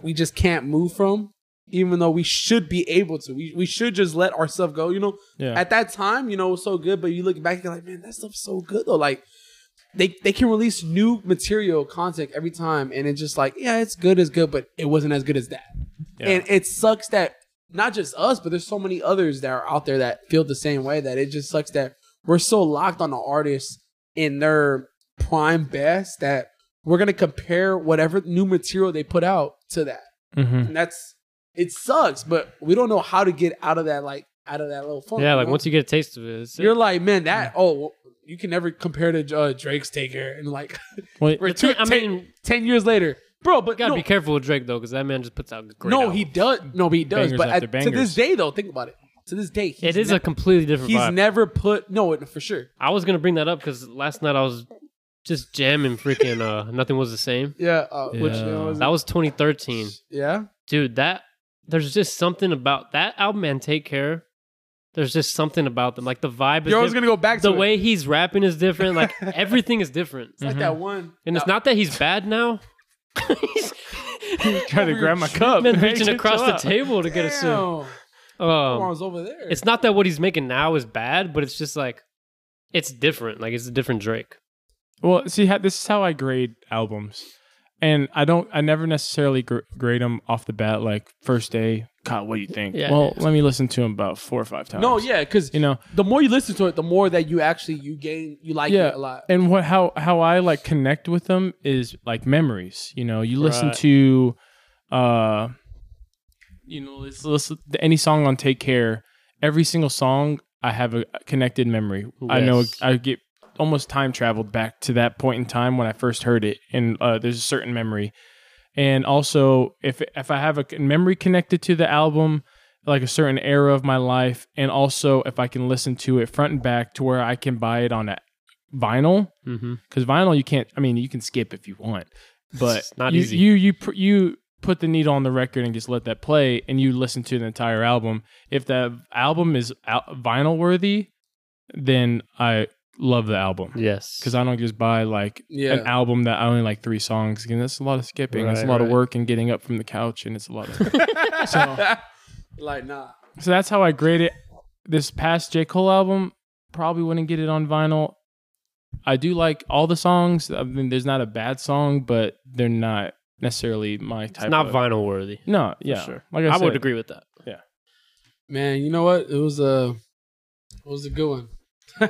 S3: we just can't move from, even though we should be able to. We we should just let our stuff go. You know,
S1: yeah.
S3: at that time, you know, it was so good, but you look back, you're like, man, that stuff's so good though. Like. They, they can release new material content every time and it's just like yeah it's good it's good but it wasn't as good as that
S1: Yeah.
S3: and it sucks that not just us, but there's so many others that are out there that feel the same way that it just sucks that we're so locked on the artists in their prime best that we're gonna compare whatever new material they put out to that. [laughs]
S1: [laughs] Mhm.
S3: And that's it sucks, but we don't know how to get out of that like out of that little funk.
S2: yeah,
S3: you
S2: like
S3: know?
S2: once you get a taste of it, it's
S3: you're like, man, that oh well, you can never compare to uh, Drake's Taker and like [laughs]
S1: Wait,
S3: we're
S2: It's-
S3: two,
S2: I mean,
S3: ten years later. Bro, but
S2: you gotta
S3: no,
S2: be careful with Drake though, because that man just puts out great.
S3: no,
S2: albums.
S3: he does. No, he does.
S1: Bangers
S3: But
S1: after
S3: at, to this
S1: bangers.
S3: day, though, think about it. To this day, he's
S2: It is
S3: ne-
S2: a completely different
S3: he's
S2: vibe.
S3: never put no it- for sure.
S2: I was gonna bring that up because last night I was just jamming freaking uh [laughs] nothing was the same.
S3: Yeah, uh, which
S1: Yeah.
S3: you know, is
S2: That was 2013,
S3: yeah.
S2: dude. That there's just something about that album and Take Care. There's just something about them, like the vibe is
S3: You're always
S2: diff-
S3: gonna go back
S2: the
S3: to it.
S2: way he's rapping is different.
S3: [laughs]
S2: Like everything is different,
S3: It's like that one.
S2: Mm-hmm. and it's
S3: that-
S2: not that he's bad now. he's
S1: trying to grab my cup. [laughs]
S2: been
S1: Hey,
S2: reaching
S1: chill
S2: across the
S1: out.
S2: table to get a sip.
S3: Damn. I
S2: Um,
S3: was over there.
S2: it's not that what he's making now is bad, but it's just like it's different. Like it's a different Drake.
S1: Well, see, ha- this is how I grade albums, and I don't, I never necessarily gr- grade them off the bat. Like first day, God, what do you think?
S2: Yeah.
S1: Well, let me listen to them about four or five times.
S3: no, yeah, because
S1: you know,
S3: the more you listen to it, the more that you actually you gain you like
S1: yeah,
S3: it a lot.
S1: And what how how I like connect with them is like memories. You know, you listen
S2: Right.
S1: to, uh, you know, let's listen to any song on Take Care. Every single song, I have a connected memory. I know
S2: Yes.
S1: I get almost time traveled back to that point in time when I first heard it, and uh, there's a certain memory. And also, if if I have a memory connected to the album, like a certain era of my life, and also if I can listen to it front and back to where I can buy it on a vinyl,
S2: Mm-hmm.
S1: because vinyl you can't. I mean, you can skip if you
S2: [laughs]
S1: want, but
S2: It's not
S1: you,
S2: easy.
S1: You you pr- you put the needle on the record and just let that play, and you listen to the entire album. If the album is al- vinyl worthy, then I love the album
S2: Yes.
S1: because I don't just buy like
S3: Yeah.
S1: an album that I only like three songs. Again, that's a lot of skipping. It's a
S2: Right,
S1: lot of
S2: right.
S1: work and getting up from the couch, and it's a lot of. so,
S3: Like, nah.
S1: so that's how I grade it. This past J Cole album probably wouldn't get it on vinyl. I do like all the songs. I mean, there's not a bad song, but they're not necessarily my type.
S2: it's not
S1: of,
S2: vinyl worthy.
S1: No, yeah,
S2: sure.
S1: Like I,
S2: I
S1: said,
S2: would agree with that.
S3: Man, you know what? It was a, it was a good one.
S1: Uh,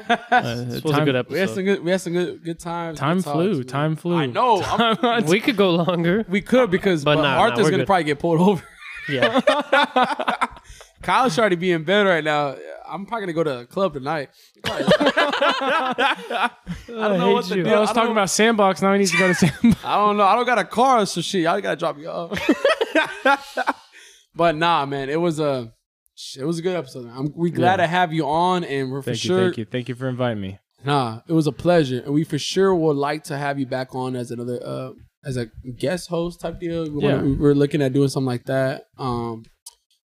S2: This was
S1: time,
S2: a good
S3: we had some
S2: episode.
S3: good, we had some good, good times.
S1: Time
S3: good talks,
S1: flew.
S3: man.
S1: Time flew.
S3: I
S2: [laughs]
S3: know. I'm-
S1: Time-
S2: We could go
S3: [laughs]
S2: longer.
S3: we could because
S2: But
S3: but
S2: nah, nah,
S3: Arthur's
S2: we're
S3: gonna
S2: good.
S3: probably get pulled [laughs] over.
S2: Yeah.
S3: Kyle's trying to be in bed right now. I'm probably gonna go to a club tonight. [laughs]
S1: I
S3: don't know
S1: hate
S3: what the
S1: you.
S3: deal-
S1: I was
S3: I don't
S1: talking
S3: know-
S1: about Sandbox. Now he needs to go
S2: [laughs]
S1: to Sandbox.
S3: I don't know. I don't got a car, so shit. I gotta drop you off. [laughs] but nah, man, it was a it was a good episode. man. I'm, we glad
S1: Yeah.
S3: to have you on, and we're for
S1: thank you,
S3: sure.
S1: thank you, thank you for inviting me.
S3: Nah, it was a pleasure, and we for sure would like to have you back on as another uh as a guest host type deal. We wanna,
S1: Yeah.
S3: we're looking at doing something like that. Um,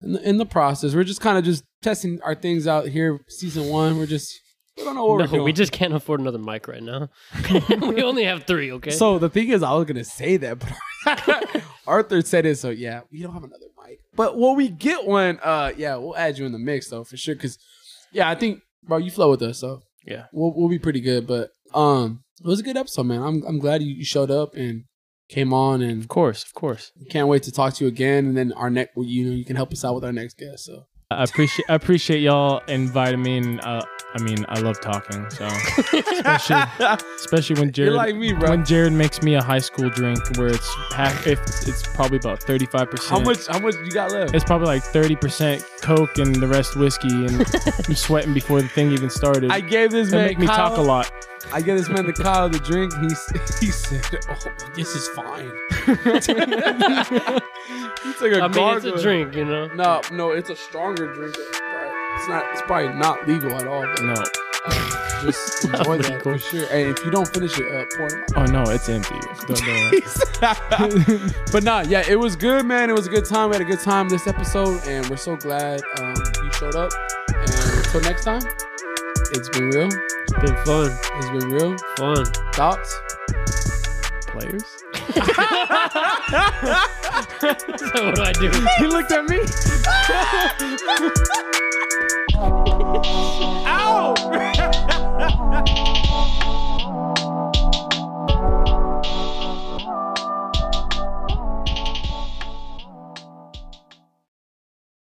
S3: in the, in the process, we're just kind of just testing our things out here. Season one, we're just we don't know what we're
S2: no,
S3: doing.
S2: we just can't afford another mic right now. [laughs] we only have three, okay?
S3: So the thing is, I was gonna say that, but [laughs] Arthur said it. So yeah, we don't have another mic. But when we get one, uh, yeah, we'll add you in the mix though for sure. Cause yeah, I think bro, you flow with us, so
S1: Yeah.
S3: we'll we'll be pretty good. But um, it was a good episode, man. I'm I'm glad you, you showed up and came on, and
S1: Of course, of course.
S3: can't wait to talk to you again. And then our next, well, you know, you can help us out with our next guest. So
S1: I appreciate I appreciate y'all inviting me. And uh, I mean, I love talking. So especially, especially
S3: [laughs]
S1: when Jared
S3: like me, bro.
S1: when Jared makes me a high school drink where it's half. If it's probably about thirty five percent.
S3: how much you got left?
S1: It's probably like thirty percent Coke and the rest whiskey.
S3: [laughs]
S1: And I'm sweating before the thing even started.
S3: I gave this
S1: that
S3: man
S1: make me
S3: Kyle-
S1: talk a lot.
S3: I gave this man the Kyle the drink. He s- he said, "Oh, this is fine." [laughs] he took a
S2: I mean, it's
S3: gargle.
S2: a drink, you know?
S3: No, no, it's a stronger drink. It's not. It's probably not legal at all. But
S1: No.
S2: [laughs]
S3: just enjoy that for sure. And if you don't finish it, uh, pour it.
S1: Oh no, it's empty. Don't
S3: [laughs]
S1: do
S3: out. [laughs] but nah, yeah, it was good, man. It was a good time. We had a good time this episode, and we're so glad um, you showed up. And until next time, it's been real.
S2: It's been fun.
S3: It's been real.
S2: Fun. [laughs]
S3: Thoughts.
S1: Players.
S2: so what do I do?
S1: He looked at me.
S4: Shut